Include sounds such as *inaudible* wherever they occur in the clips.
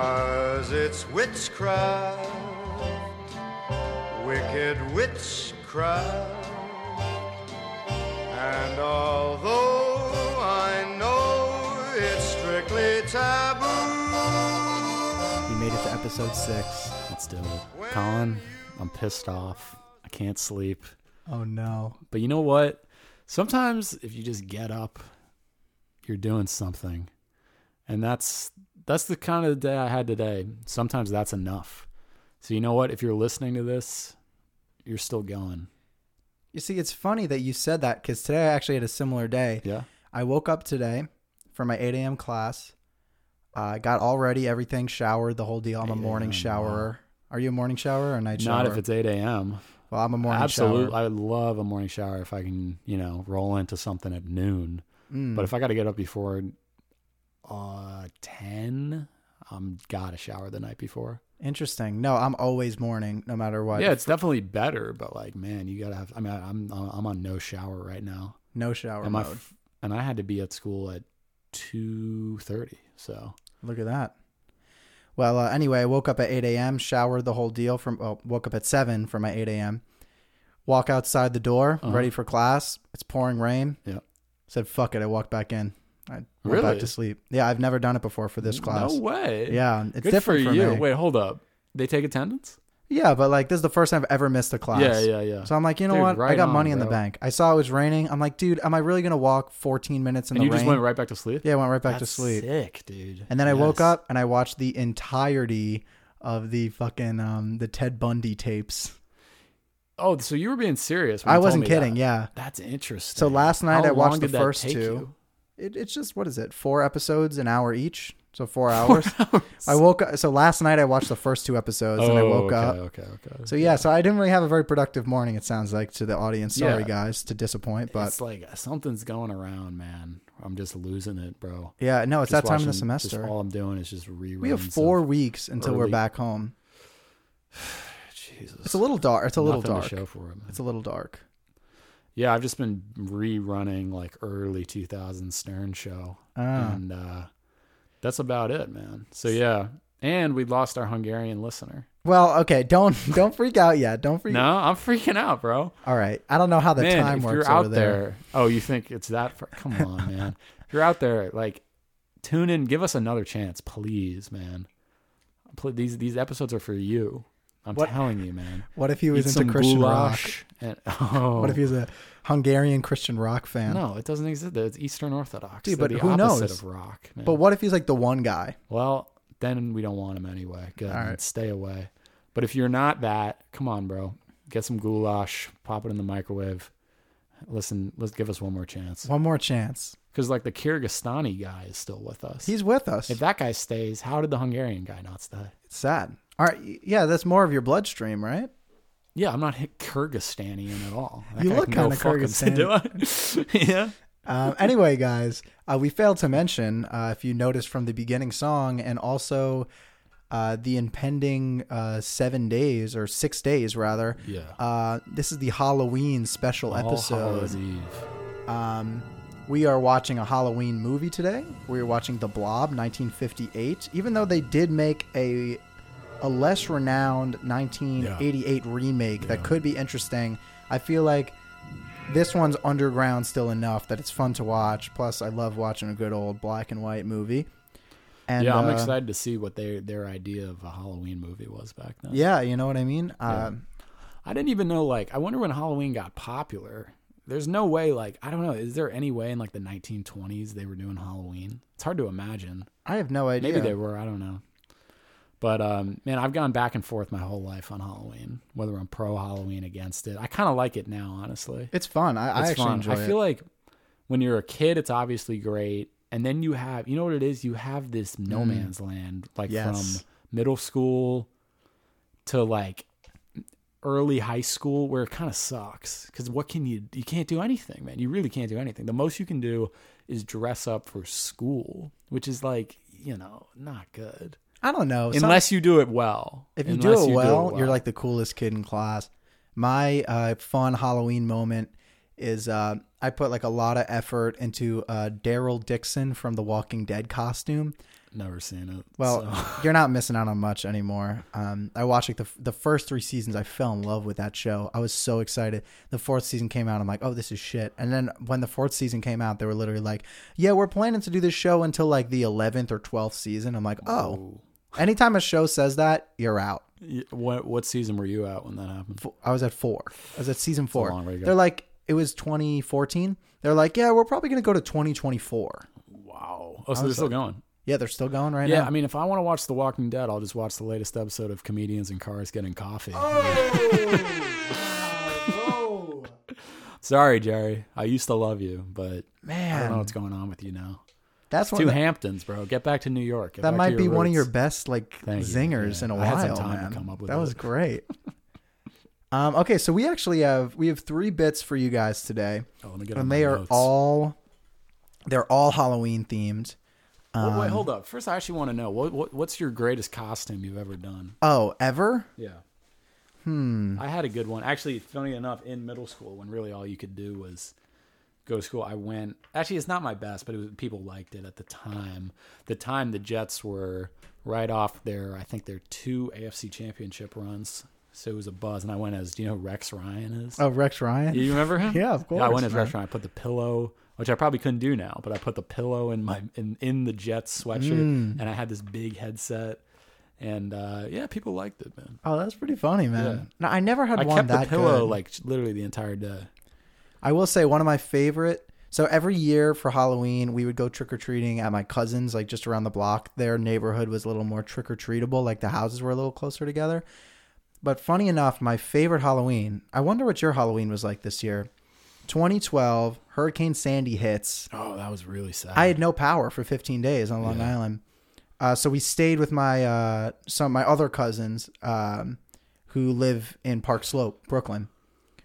Cause it's witchcraft, wicked witchcraft. And although I know it's strictly taboo, We made it to episode six. Let's do it. Colin, I'm pissed off. I can't sleep. Oh no. But you know what? Sometimes if you just get up, you're doing something. And that's that's the kind of day I had today. Sometimes that's enough. So you know what? If you're listening to this, you're still going. You see, it's funny that you said that because today I actually had a similar day. Yeah. I woke up today for my 8 a.m. class. Uh, got all ready, everything, showered, the whole deal. I'm a 8 morning a.m., showerer. Are you a morning shower or a night shower? Not if it's 8 a.m. well, I'm a morning Absolutely. shower. I love a morning shower if I can, you know, roll into something at noon. Hmm. But if I got to get up before uh 10, I'm got to shower the night before. Interesting. No, I'm always morning, no matter what. yeah, it's definitely better, but like man, you got to have I mean I- I'm I'm on no shower right now. no shower And my mode. f- and I had to be at school at 2:30. So, Look at that. Well, uh, anyway, I woke up at 8 a.m., showered the whole deal from, well, woke up at 7 for my 8 a.m., walk outside the door, Uh-huh. ready for class. It's pouring rain. Yeah. Said, fuck it. I walked back in. I went back Really? to sleep. Yeah, I've never done it before for this class. No way. Yeah, it's Good different for for you. me. Wait, hold up. They take attendance? Yeah, but like, this is the first time I've ever missed a class. Yeah, yeah, yeah. So I'm like, you know Dude, what? I right got on, money in the bro. bank. I saw it was raining. I'm like, dude, am I really going to walk 14 minutes in and the you rain? just went right back to sleep? yeah, I went right back to That's sleep. Sick, dude. And then I woke Yes. up and I watched the entirety of the fucking um the Ted Bundy tapes. Oh, so you were being serious. when I you told wasn't me kidding, that. yeah. That's interesting. So last night How I watched long the did that first take two. you? It, it's just what is it? Four episodes, an hour each, so four hours. hours. Oh, I woke up. So last night I watched the first two episodes, and I woke okay, up. Okay, okay. So yeah, so I didn't really have a very productive morning. It sounds like to the audience. Sorry Yeah. guys to disappoint, but it's like something's going around, man. I'm just losing it, bro. yeah, no, it's Just that time of the watching- just semester. all I'm doing is just reruns. We have four Of, weeks until we're early- back home. *sighs* Jesus, It's a little dark. It's a little nothing dark. To show for it, man. It's a little dark. Yeah, I've just been rerunning like early 2000s Stern show, Ah. and uh, that's about it, man. So yeah, and we lost our Hungarian listener. Well, okay, don't *laughs* don't freak out yet. Don't freak. No, I'm freaking out, bro. All right. I don't know how the man, time if works you're over out there. oh, you think it's that far? *laughs* Come on, man. If you're out there, like, tune in, give us another chance, please, man. Pl- These these episodes are for you. I'm What- telling you, man. What if he Eat was some into Christian rock? goulash and *laughs* oh, What if he was a Hungarian Christian rock fan? no, it doesn't exist. It's Eastern Orthodox. Dude, They're but the who opposite knows? of rock. man. But what if he's like the one guy? Well, then we don't want them anyway. Good. All man. right. Stay away. But if you're not that, come on, bro. Get some goulash, pop it in the microwave. Listen, let's give us one more chance. One more chance. Because like the Kyrgyzstani guy is still with us. He's with us. if that guy stays, how did the Hungarian guy not stay? It's sad. All right. y- Yeah, that's more of your bloodstream, right? Yeah, I'm not *laughs* hit Kyrgyzstanian at all. That You guy look can kinda go fuck himself, *laughs* do I? yeah. Um, anyway, guys, uh, we failed to mention, uh, if you noticed from the beginning song and also uh, the impending uh, seven days or six days, rather. Yeah. Uh, this is the Halloween special episode. All Hallows Eve. Um, we are watching a Halloween movie today. We are watching The Blob, 1958. Even though they did make a a less renowned 1988 remake that could be interesting, I feel like this one's underground still enough that it's fun to watch. Plus, I love watching a good old black and white movie. And yeah, I'm uh, excited to see what their their idea of a Halloween movie was back then. Yeah, you know what I mean. Uh, I didn't even know like I wonder when Halloween got popular. There's no way like I don't know, is there any way in like the 1920s they were doing Halloween? It's hard to imagine. I have no idea. Maybe they were, I don't know. But um man, I've gone back and forth my whole life on Halloween, whether I'm pro Halloween against it. I kind of like it now, honestly. It's fun. I, I It's actually fun. enjoy I it. feel like when you're a kid it's obviously great, and then you have, you know what it is, you have this no man's land like Mm. Yes. from middle school to like early high school where it kind of sucks because what can you you can't do anything man you really can't do anything the most you can do is dress up for school which is like you know not good I don't know. some- unless you do it well If you do Unless it well, you're like the coolest kid in class. My uh, fun Halloween moment is uh, I I put like a lot of effort into uh, Daryl Dixon from The Walking Dead costume. Never seen it. Well, *laughs* so. you're not missing out on much anymore. Um, I watched like the the first three seasons. I fell in love with that show. I was so excited. The fourth season came out. I'm like, oh, this is shit. And then when the fourth season came out, they were literally like, yeah, we're planning to do this show until like the 11th or 12th season. I'm like, oh, Ooh. anytime a show says that, you're out. Y- what what season were you at when that happened? f- I was at four. I was at season four. long way to go. They're like, it was 2014. They're like, yeah, we're probably going to go to 2024. Wow. Oh, so they're still going. Yeah, they're still going right Yeah, now. I mean, if I want to watch The Walking Dead, I'll just watch the latest episode of Comedians in Cars Getting Coffee. Oh! *laughs* Sorry, Jerry. I used to love you, but I don't know Man, what's going on with you now. that's one Two of the- Hamptons, bro. Get back to New York. Get that back to might your be one of roots. your best like Thank you. zingers Yeah. in a I while. had some time to man. come up with that it. was great. *laughs* um, okay, so we actually have we have three bits for you guys today, Oh, let me get on and my they are notes. all they're all Halloween themed. Wait, um, wait, hold up. First, I actually want to know what, what what's your greatest costume you've ever done? Oh, ever? Yeah. Hmm. I had a good one. Actually, funny enough, in middle school, when really all you could do was go to school, I went. Actually, it's not my best, but it was, people liked it at the time. The time the Jets were right off their, I think their two AFC Championship runs, so it was a buzz. And I went as, do you know, who Rex Ryan is. Oh, Rex Ryan. You remember him? Yeah, of I course, went to his man. restaurant. I put the pillow, which I probably couldn't do now, but I put the pillow in my in, in the Jets sweatshirt, Hmm. and I had this big headset, and uh, yeah, people liked it, man. Oh, that's pretty funny, man. Yeah. No, I never had I one kept the that pillow good. like literally the entire day. I will say one of my favorite. So every year for Halloween, we would go trick or treating at my cousin's, like just around the block. Their neighborhood was a little more trick or treatable, like the houses were a little closer together. But funny enough, my favorite Halloween, I wonder what your Halloween was like this year. 2012, Hurricane Sandy hits. Oh, that was really sad. I had no power for 15 days on Long Island. Uh, so we stayed with my uh, some of my other cousins um, who live in Park Slope, Brooklyn.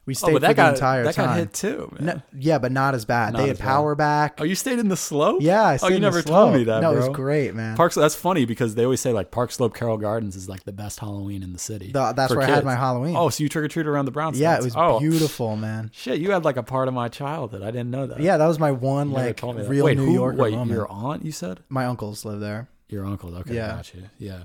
We oh, stayed but for that got the entire that time. got hit too. Man. No, yeah, but not as bad. Not they had as bad. power back. Oh, you stayed in the slope? yeah, I oh, stayed you in never the told slope. me that. No, bro. it was great, man. Park, that's funny because they always say like Park Slope Carroll Gardens is like the best Halloween in the city. The- that's for where I had kids. my Halloween. Oh, so you trick or treat around the Brownstones? yeah, it was oh, beautiful, man. Shit, you had like a part of my childhood. I didn't know that. Yeah, that was my one You never like told me that. real Wait, New who, Yorker Wait, moment. your aunt? You said My uncles live there. your uncle. Okay, Yeah. gotcha. Yeah,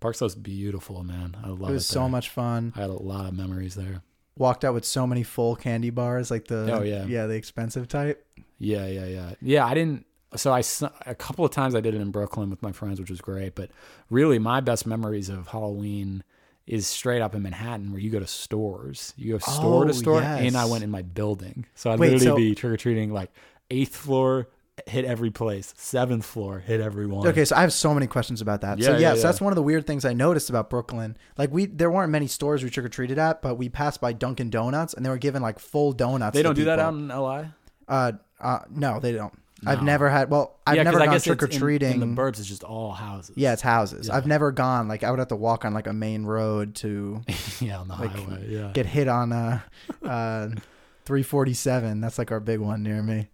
Park Slope's beautiful, man. I love It it. was so there. much fun. I had a lot of memories there. Walked out with so many full candy bars, like the Oh, yeah. yeah the expensive type. Yeah, yeah, yeah, yeah. I didn't. So I s- a couple of times I did it in Brooklyn with my friends, which was great. But really, my best memories of Halloween is straight up in Manhattan, where you go to stores, you go store Oh, to store, yes. and I went in my building, so I'd Wait, literally so- be trick or treating like eighth floor, hit every place, seventh floor, hit everyone. Okay, so I have so many questions about that. so Yeah, yes, yeah, yeah. that's one of the weird things I noticed about Brooklyn. Like we, there weren't many stores we trick or treated at, but we passed by Dunkin' Donuts, and they were giving like full donuts. they to don't do that people. out in LI. Uh, uh, no, they don't. I've never had. Well, I've Yeah, 'cause never I gone guess it's trick or in- treating. In, the burbs, it's just all houses. yeah, it's houses. I've never gone. Like I would have to walk on like a main road *laughs* to *laughs* yeah, on the highway. Yeah, get hit on uh, uh, three forty seven. That's like our big one near me.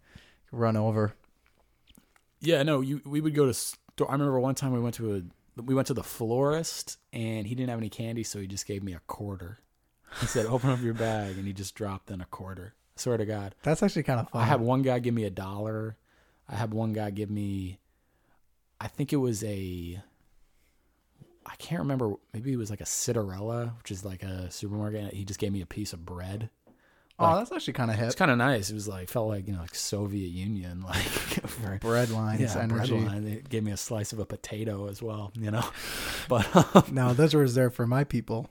Run over. yeah. No, you. We would go to. Store. I remember one time we went to a. We went to the florist and he didn't have any candy, so he just gave me a quarter. He said, "Open up your bag," and he just dropped in a quarter. I swear to God, That's actually kind of fun. I had one guy give me a dollar. I had one guy give me. I think it was a. I can't remember. Maybe it was like a Citarella, which is like a supermarket. He just gave me a piece of bread. oh, that's actually kind of hip. It's kind of nice. It was like felt like you know like Soviet Union *laughs* like for- Bread lines, yeah energy. bread line. They gave me a slice of a potato as well, you know. *laughs* But um, No, those were there for my people.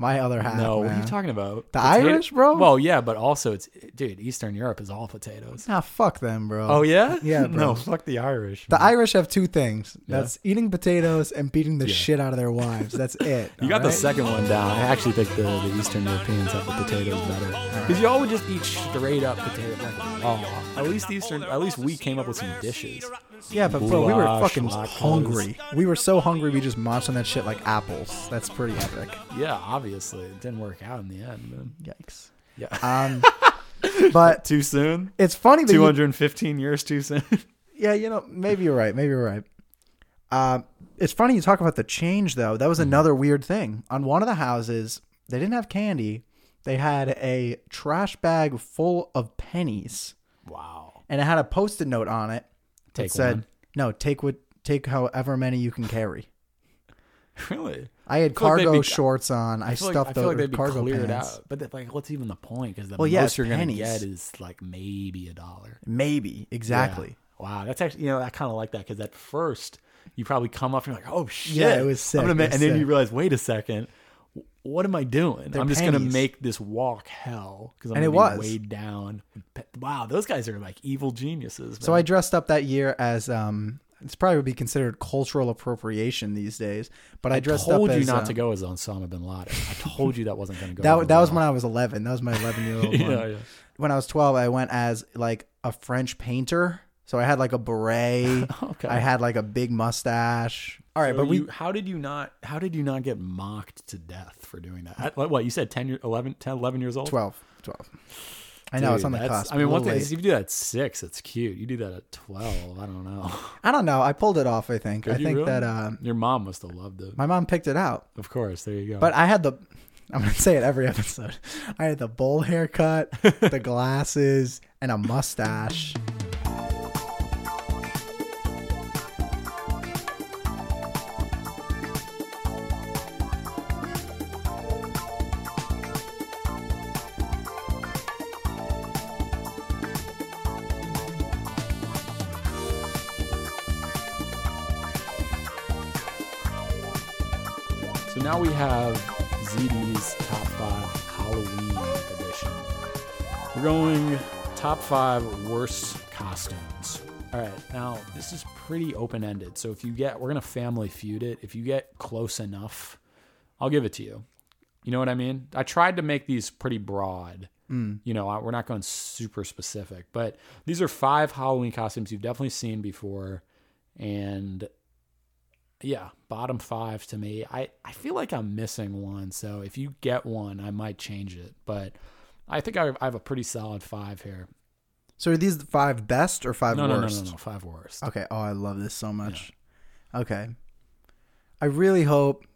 My other half. no, what are Ah, man. you talking about? The Irish, bro? Well, yeah, but also it's dude. Eastern Europe is all potatoes. Nah, fuck them, bro. Oh yeah, *laughs* Yeah, bro. *laughs* no, fuck the Irish. The man. Irish have two things. That's eating potatoes and beating the shit out of their wives. That's it. *laughs* you got the second one down. I actually think the, the Eastern Europeans have the potatoes better because y'all would just eat straight up potato. Like, oh, at least Eastern, at least we came up with some dishes. Yeah, but bro, we were Goulash, fucking latkes. hungry. We were so hungry we just munched on that shit like apples. That's pretty epic. Yeah, obviously it didn't work out in the end. Man. Yikes. Yeah. Um, but *laughs* Too soon? it's funny that you, 215 years too soon? *laughs* yeah, you know, maybe you're right. Maybe you're right. Um, it's funny you Mm-hmm. talk about the change though. That was another weird thing. On one of the houses, they didn't have candy. they had a trash bag full of pennies, Wow. and it had a post-it note on it that Take said, one. "No, take what, take however many you can carry." Really? I had feel like they'd cargo be- shorts on. I, I feel stuffed like, I feel the like they'd be cargo cleared pants. out. But that, like, what's even the point? Because the Well, most yeah, it's you're going to pennies. get is like maybe a dollar. Maybe exactly. Yeah. Wow, that's actually you know I kind of like that because at first you probably come up and you're like, oh shit, Yeah, it was I'm gonna sick, ma- it was and then you sick. realize, wait a second, w- what am I doing? I'm just gonna pennies. make this walk hell because I'm And gonna it was. be weighed down. with pe- Wow, those guys are like evil geniuses. So man. I dressed up that year as um. It's probably would be considered cultural appropriation these days. But I, dressed told up you as, not um, to go as Osama bin Laden. I told you that wasn't gonna go. over That that was well. when I was 11. That was my 11 year old. *laughs* Yeah, yeah. When I was 12, I went as like a French painter. So I had like a beret. *laughs* Okay. I had like a big mustache. All right, So but we you- how did you not how did you not get mocked to death for doing that? At- what you said 10 year 11 10 11 years old? 12, 12. I know it's Dude, on the that's- cusp. I mean, a one little thing late. is if you do that at six, it's cute. You do that at twelve. I don't know. *laughs* I don't know. I pulled it off. I think. I You think really? that um, your mom must have loved it. my mom picked it out. Of course, there you go. But I had the, *laughs* I'm gonna say it every episode. I had the bowl haircut, *laughs* the glasses, and a mustache. so now we have ZD's top five Halloween edition. We're going top five worst costumes. All right, now this is pretty open ended. So if you get, we're gonna family feud it. If you get close enough, I'll give it to you. You know what I mean? I tried to make these pretty broad. You know, I, we're not going super specific, but these are five Halloween costumes you've definitely seen before, and yeah, bottom five to me. I I feel like I'm missing one, so if you get one, I might change it. But I think I, I have a pretty solid five here. So are these the five best or five No, no, no, worst? no, no, five worst. Okay. Oh, I love this so much. Okay. I really hope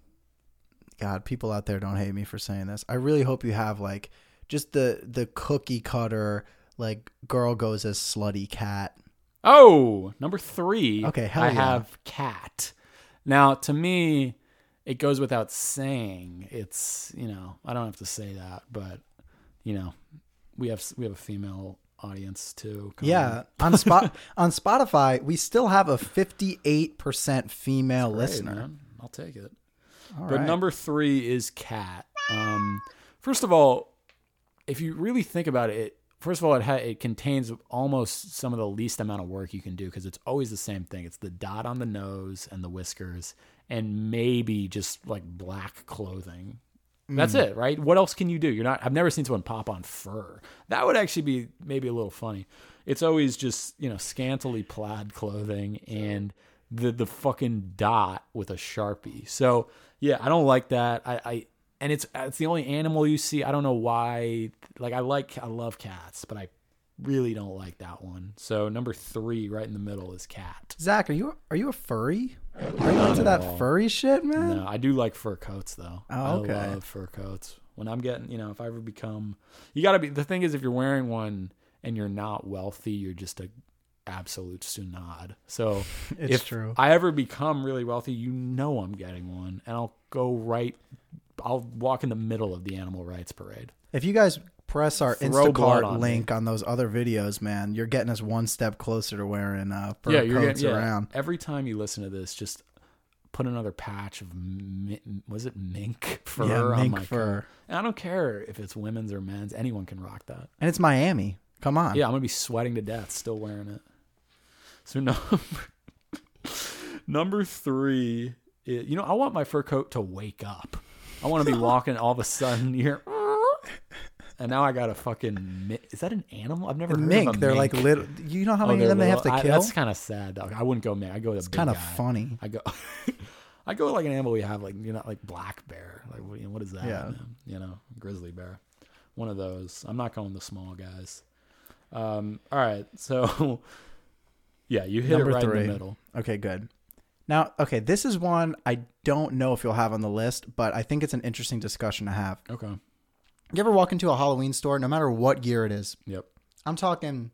God, people out there don't hate me for saying this. I really hope you have like just the the cookie cutter like girl goes as slutty cat. Mm-hmm. Oh, number three. Okay, hell I yeah. have cat. Now, to me, it goes without saying. It's you know, I don't have to say that, but you know, we have we have a female audience too. Come on. Yeah, on spot *laughs* on Spotify, we still have a 58% female Hey, listener. man, I'll take it. All But right. number three is cat. Um, first of all, if you really think about it, it first of all, it ha- it contains almost some of the least amount of work you can do because it's always the same thing. It's the dot on the nose and the whiskers, and maybe just like black clothing. That's it, right? What else can you do? You're not. I've never seen someone pop on fur. That would actually be maybe a little funny. It's always just you know scantily plaid clothing and the the fucking dot with a sharpie. So yeah, I don't like that. I, I and it's it's the only animal you see. I don't know why. Like I like I love cats, but I really don't like that one. So number three, right in the middle, is cat. Zach, are you are you a furry? Are you into that furry shit, man? No, I do like fur coats though. Oh, okay. I love fur coats. When I'm getting, you know, if I ever become, you gotta be. The thing is, if you're wearing one and you're not wealthy, you're just a absolute sunod. So *laughs* It's if true. I ever become really wealthy, you know, I'm getting one, and I'll go right. I'll walk in the middle of the animal rights parade. If you guys press our Throw blood on Instacart link on those other videos, man, you're getting us one step closer to wearing uh, fur coats getting- around. Every time you listen to this, just put another patch of mi- was it mink *laughs* fur Yeah, on mink my coat. fur. And I don't care if it's women's or men's; anyone can rock that. And it's Miami. Come on. Yeah, I'm gonna be sweating to death still wearing it. So *laughs* number number three, is, you know, I want my fur coat to wake up. I want *laughs* to be walking all of a sudden here, *laughs* and now I got a fucking. mi- Is that an animal? I've never heard of Mink, a they're mink. like little. You know how Oh, many they're of them they have little- to I- kill? that's kind of sad. Though. I wouldn't go mink. I go with a big kind of guy. funny. I go. *laughs* I go with like an animal we have, like you know, like black bear. Like what, you know, what is that? Yeah. man? You know, grizzly bear. One of those. I'm not going the small guys. Um. All right. So, *laughs* yeah, you hit Number it right in three. the middle. Okay, good. Now, okay, this is one I don't know if you'll have on the list, but I think it's an interesting discussion to have. Okay. You ever walk into a Halloween store, no matter what gear it is? Yep. I'm talking.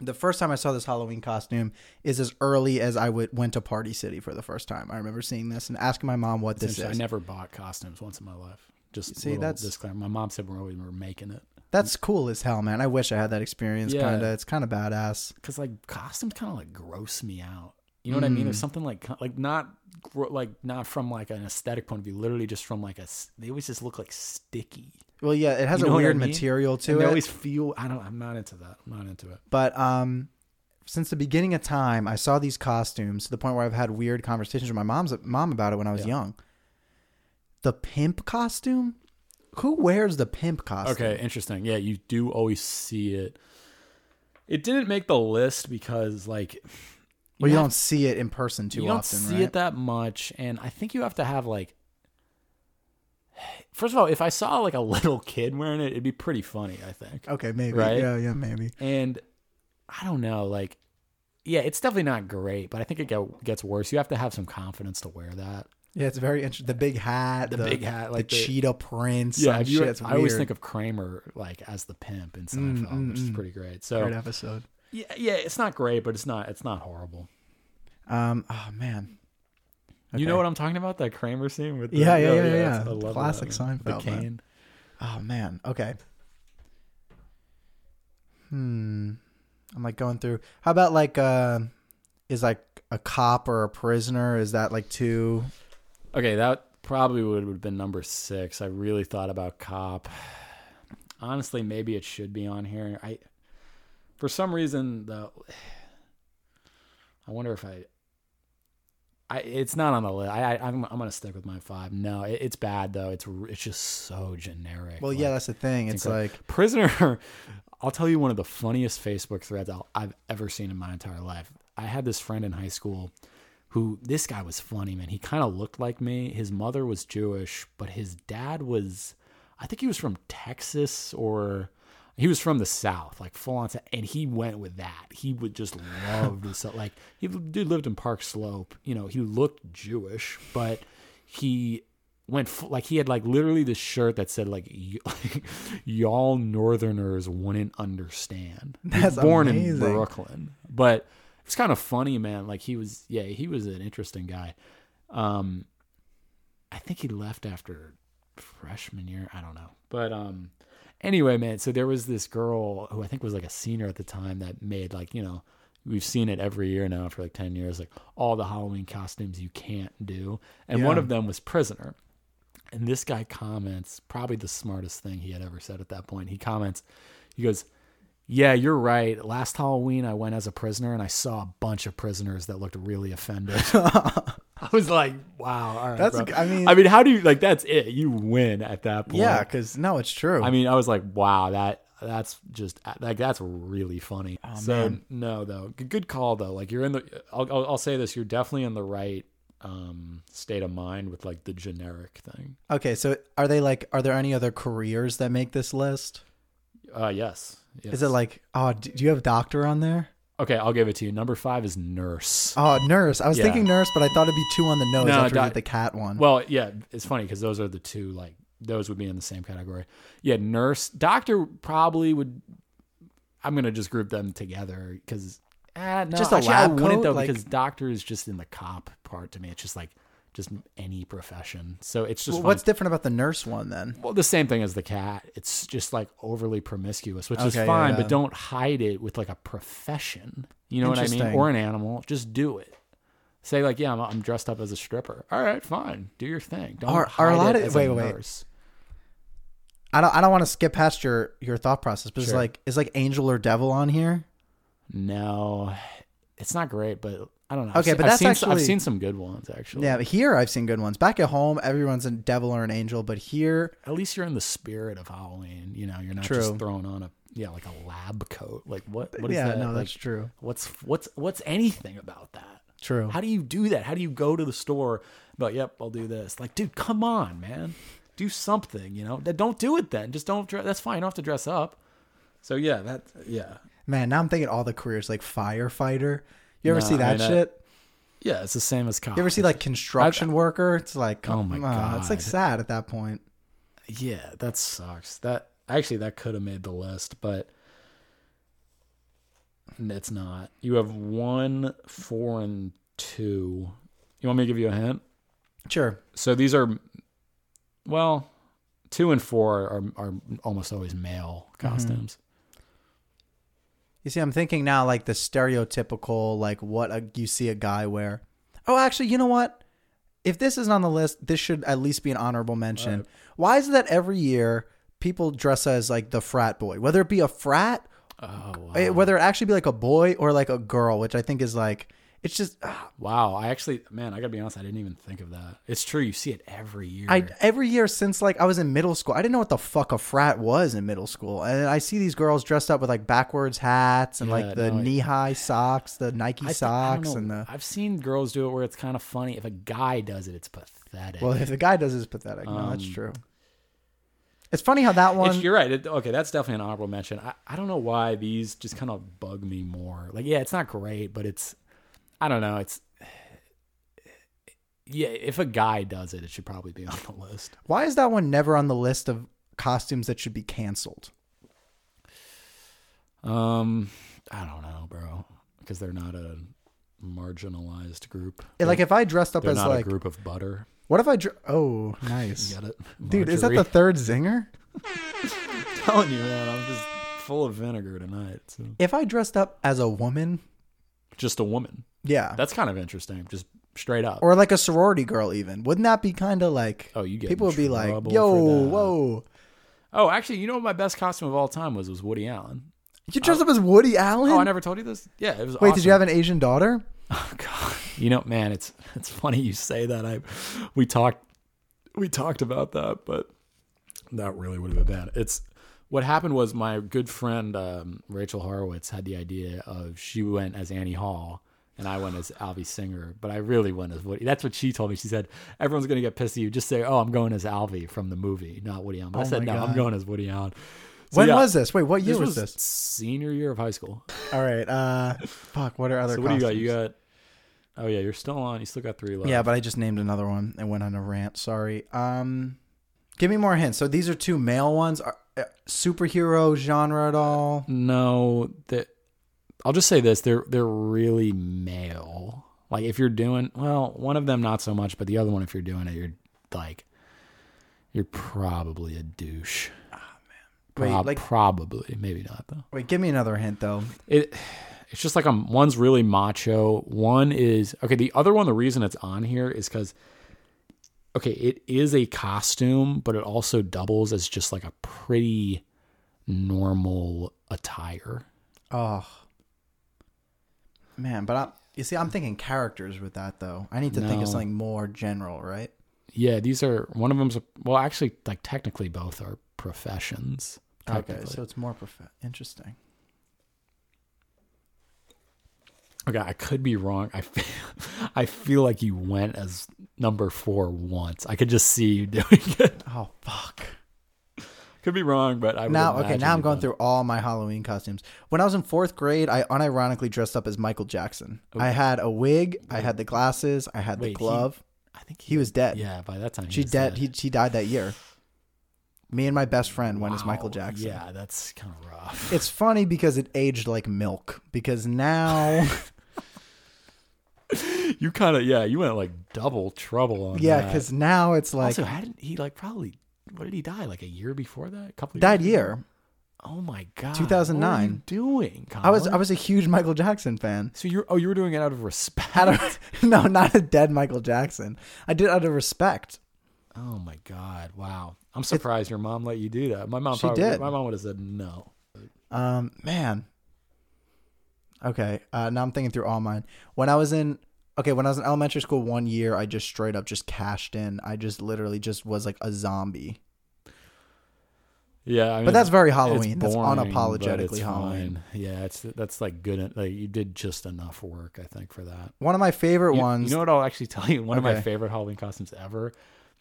The first time I saw this Halloween costume is as early as I would, went to Party City for the first time. I remember seeing this and asking my mom what this Since I is. never bought costumes once in my life. Just See, see that's that's- disclaimer. My mom said we're always we're making it That's cool as hell, man. I wish I had that experience. Yeah. Kinda, it's kind of badass. because like costumes kind of like gross me out. You know what I mean? Mm. There's something like like not gro- like not from like an aesthetic point of view. Literally just from like a s- they always just look like sticky. Well, yeah, it has You a know what I weird mean? material to it. and They always feel I don't. I'm not into that. I'm not into it. But um, since the beginning of time, I saw these costumes to the point where I've had weird conversations with my mom's mom about it when I was young. The pimp costume? Who wears the pimp costume? Okay, interesting. Yeah, you do always see it. It didn't make the list because like Well, you don't see it in person too you don't often, see right? it that much, and I think you have to have like. First of all, if I saw like a *laughs* little kid wearing it, it'd be pretty funny. I think, okay, maybe. Right? Yeah, yeah, maybe. and I don't know, like, yeah, it's definitely not great, but I think it get, gets worse. You have to have some confidence to wear that. Yeah, it's very interesting. The big hat, the, big hat, like the, the- cheetah prints. Yeah, Yeah, you- shit, it's I always weird. think of Kramer like as the pimp in Seinfeld, which is pretty great. So Great episode. yeah, yeah, it's not great, but it's not it's not horrible. Um, oh man, You know Okay. what I'm talking about? That Kramer scene with the, Yeah, yeah, yeah, yeah. that's- I love Classic that, man. Seinfeld, The man. cane. Oh man. Okay. Hmm. I'm like going through. How about like uh is like a cop or a prisoner? Is that like two? Okay, that probably would have been number six. I really thought about cop. Honestly, maybe it should be on here. I, for some reason, though, I wonder if I. I, it's not on the list. I, I I'm, I'm gonna stick with my five. No, it, it's bad though. It's r- it's just so generic. Well, Like, yeah, that's the thing. It's like prisoner *laughs* i'll tell you one of the funniest facebook threads I'll, i've ever seen in my entire life i had this friend in high school who this guy was funny man he kind of looked like me his mother was jewish but his dad was i think he was from texas or he was from the south like full on South, and he went with that he would just love the south like he dude lived in park slope you know he looked jewish but he went f- like he had like literally this shirt that said like, y- *laughs* like y'all northerners wouldn't understand He was That's born in amazing. brooklyn but it's kind of funny man like he was yeah he was an interesting guy um i think he left after freshman year i don't know but um anyway man so there was this girl who i think was like a senior at the time that made like you know we've seen it every year now for like 10 years like all the halloween costumes you can't do and one Yeah. of them was prisoner and this guy comments probably the smartest thing he had ever said at that point. He comments, he goes, Yeah, you're right. Last Halloween, I went as a prisoner and I saw a bunch of prisoners that looked really offended. *laughs* I was like, Wow. All right. That's bro." a g- I mean- I mean, how do you like that's it? You win at that point. yeah, because no, it's true. I mean, I was like, Wow, that. That's just like that's really funny. Oh, so no, though, G- good call though. Like you're in the, I'll, I'll, I'll say this: you're definitely in the right um, state of mind with like the generic thing. okay, so are they like? Are there any other careers that make this list? Uh, yes. yes. Is it like? Oh, d- do you have doctor on there? okay? I'll give it to you. Number five is nurse. Oh, nurse. I was Yeah. thinking nurse, but I thought it'd be two on the nose No, after we doc- did the cat one. Well, yeah, it's funny because those are the two like those would be in the same category. Yeah, nurse, doctor probably would. I'm gonna just group them together because eh, no, Just a actually, I lab wouldn't coat, though like- because doctor is just in the cop part to me. It's just like just any profession. So it's just Well, fun. what's different about the nurse one then? Well, the same thing as the cat. It's just like overly promiscuous, which is Okay, yeah, fine, yeah. but don't hide it with like a profession. You know what I mean? Interesting. Or an animal. Just do it. Say like, yeah, I'm, I'm dressed up as a stripper. All right, fine. Do your thing. Don't Are- hide are a lot it of- as wait, a wait. nurse. I don't. I don't want to skip past your your thought process, but it's Sure. like is like angel or devil on here? No, it's not great, but I don't know. Okay, I've, but I've that's seen, I've actually- seen some good ones actually. Yeah, but here I've seen good ones. Back at home, everyone's a devil or an angel, but here, At least you're in the spirit of Halloween. You know, you're not just True. throwing on a yeah like a lab coat. Like what? What is yeah, that? no, Like, that's true. What's what's what's anything about that? True. How do you do that? How do you go to the store? But yep, I'll do this. Like, dude, come on, man, do something. You know, Th- don't do it then. Just don't. Dress. That's fine. You don't have to dress up. So yeah, that yeah, Man, now I'm thinking all the careers like firefighter. You ever Nah, see I that mean, I- shit? yeah. It's the same as cop. you ever see like construction worker? It's like, Oh my come on, it's like God. sad at that point. yeah, that sucks. That actually that could have made the list, but it's not. You have one, four, and two. You want me to give you a hint? Sure. So these are, well, two and four are are almost always male costumes. You see, I'm thinking now like the stereotypical, like what a, you see a guy wear. Oh, actually, you know what? If this isn't on the list, this should at least be an honorable mention. Why is it that every year people dress as like the frat boy, whether it be a frat, Oh eh, whether it actually be like a boy or like a girl, which I think is like, it's just, ah, wow! I actually, man, I gotta be honest, I didn't even think of that. It's true. You see it every year. I every year since like I was in middle school, I didn't know what the fuck a frat was in middle school, and I see these girls dressed up with like backwards hats and Yeah, like the no, I- knee high socks, the Nike I th- I don't socks, know. and the I've seen girls do it where it's kind of funny. If a guy does it, it's pathetic. well, if the guy does it, it's pathetic. no, that's true. It's funny how that It's- one. Um, you're right. It, okay, that's definitely an honorable mention. I, I don't know why these just kind of bug me more. Like, yeah, it's not great, but it's I don't know. It's *sighs* yeah, if a guy does it, it should probably be *laughs* on the list. Why is that one never on the list of costumes that should be canceled? Um, I don't know, bro, because they're not a marginalized group. Eh, Like if I dressed up They're as not like, a group of butter. what if I? Dr- *laughs* oh, nice, Get it, dude. Is that the *laughs* Marjorie? third zinger? I'm telling you, man? I'm just full of vinegar tonight. So. If I dressed up as a woman, Just a woman. yeah, That's kind of interesting. Just straight up. or like a sorority girl even wouldn't that be kind of like Oh, you get in people would be like trouble yo for that." whoa oh, actually, you know what my best costume of all time was? Was Woody Allen. you dressed up as woody allen Oh, I never told you this. Yeah, it was. wait did you have an asian daughter Oh God, you know, man, it's it's funny you say that. I we talked we talked about that, but that really would have been bad. It's what happened was my good friend um, Rachel Horowitz had the idea of she went as Annie Hall. And I went as Alvy Singer, but I really went as Woody. That's what she told me. She said, "Everyone's gonna get pissed at you. Just say, oh, I'm going as Alvy from the movie, not Woody Allen.' But I said, Oh my no, I'm God. going as Woody Allen." So, when yeah, was this wait what year This was, was this senior year of high school. all right uh fuck what are other So what do you got? costumes? You got. Oh yeah, you're still on. You still got three left. yeah but i just named another one and went on a rant sorry um give me more hints so these are two male ones are, uh, superhero genre at all No, that. I'll just say this: they're they're really male. Like if you're doing well, one of them not so much, but the other one, if you're doing it, you're like, you're probably a douche. wait Prob- like probably, maybe not though. wait give me another hint though It. It's just like i one's really macho. One is okay. The other one, the reason it's on here is because, okay, it is a costume, but it also doubles as just like a pretty normal attire. Oh man, but I you see, I'm thinking characters with that though. I need to think No. of something more general, right? Yeah, these are one of them's a, well, actually, like technically both are professions. Okay, Technically. Okay, so it's more prof- interesting. I could be wrong. I feel, *laughs* I feel like you went as number four once. I could just see you doing *laughs* it. Oh fuck! Could be wrong, but I would Now, okay, imagine now I'm you going went. through all my Halloween costumes. When I was in fourth grade, I unironically dressed up as Michael Jackson. I had a wig, I had the glasses, I had Wait, the he- glove. I think He, was dead. Yeah, by that time he she was dead. He she died that year. Me and my best friend went as Michael Wow, Jackson. "Oh, Yeah, that's kind of rough. It's funny because it aged like milk. Because *laughs* now. *laughs* you kind of yeah, you went like double trouble on *laughs* Yeah, that. because now it's like also how did he like probably what did he die like a year before that? A couple that years? year. Oh my god, 2009. What are you doing? Colin? I was I was a huge Michael Jackson *laughs* fan. So you're oh you were doing it out of respect. Out *laughs* of, no, not a dead Michael Jackson. I did it out of respect. oh my god! Wow, I'm surprised your mom let you do that. My mom She probably, did. My mom would have said no. Um, man. Okay, uh, now I'm thinking through all mine. When I was in okay, when I was in elementary school, one year I just straight up just cashed in. I just literally just was like a zombie. Yeah, I mean, But that's very it's Halloween. That's boring, but unapologetically it's Halloween. fine. Yeah, it's that's like good. en- Like you did just enough work, I think, for that. One of my favorite You- ones. You know what I'll actually tell you? One of my Okay. favorite Halloween costumes ever: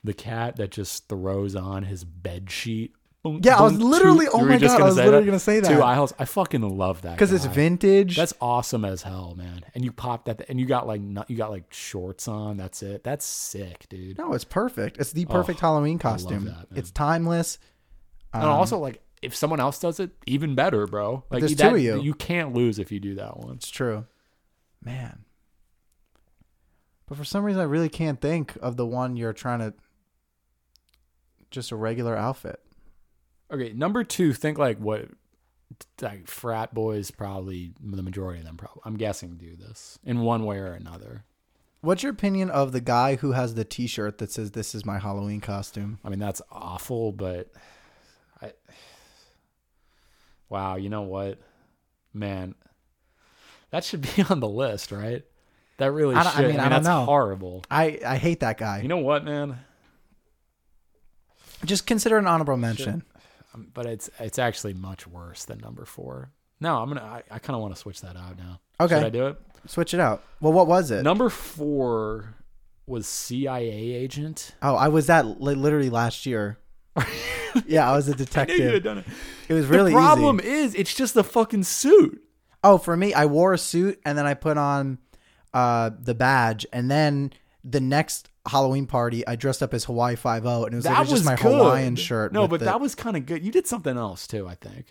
the cat that just throws on his bed sheet Boom, Yeah, I was boom, literally- toot. oh You were my just God, I was say literally that? gonna say that. Two eye holes. I fucking love that because it's guy. vintage. That's awesome as hell, man. And you popped that, and you got like not, you got like shorts on. That's it. That's sick, dude. no, it's perfect. It's the perfect Halloween costume. Oh, that, man. it's timeless. Um, and also, like, if someone else does it, even better, bro. Like, There's that, two of you. can't lose if you do that one. It's true. Man. But for some reason, I really can't think of the one you're trying to. Just a regular outfit. Okay, number two. Think like what, like frat boys. Probably the majority of them. Probably, I'm guessing do this in one way or another. What's your opinion of the guy who has the T-shirt that says "This is my Halloween costume"? I mean, that's awful, but I. Wow, you know what, man, that should *laughs* be on the list, right? That really I should. don't- I I mean, mean, I don't that's know. horrible. I I hate that guy. You know what, man? Just consider it an honorable mention. Um, But it's it's actually much worse than number four. No, I'm gonna. I, I kind of want to switch that out now. Okay. should I do it? Switch it out. Well, what was it? Number four was CIA agent. Oh, I was that li- literally last *laughs* year. yeah, I was a detective. done it. It was really the problem easy. is, it's just the fucking suit. Oh, for me, I wore a suit and then I put on uh, the badge, and then the next Halloween party, I dressed up as Hawaii Five O, and it was, like, it That was was just my good. Hawaiian shirt. No, with but the- that was kind of good. You did something else too, I think.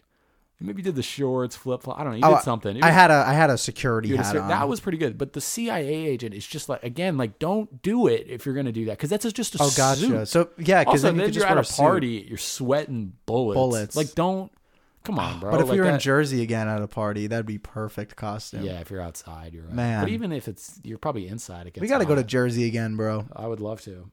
Maybe you did the shorts, flip flop. I don't know. You Oh, did something. It I was- had a I had a security you hat had a cer- on. that was pretty good. But the CIA agent is just like again, like don't do it if you're gonna do that because that's just a oh gotcha. suit. So yeah, because also, then then you are could just at wear a, a suit. party, you're sweating bullets. Bullets. Oh, Like don't. Come on, bro. But if like we were in that- Jersey again at a party, that'd be perfect costume. yeah, if you're outside, you're right. Man. But even if it's, you're probably inside. It gets we got to go to hot. Jersey again, bro. I would love to.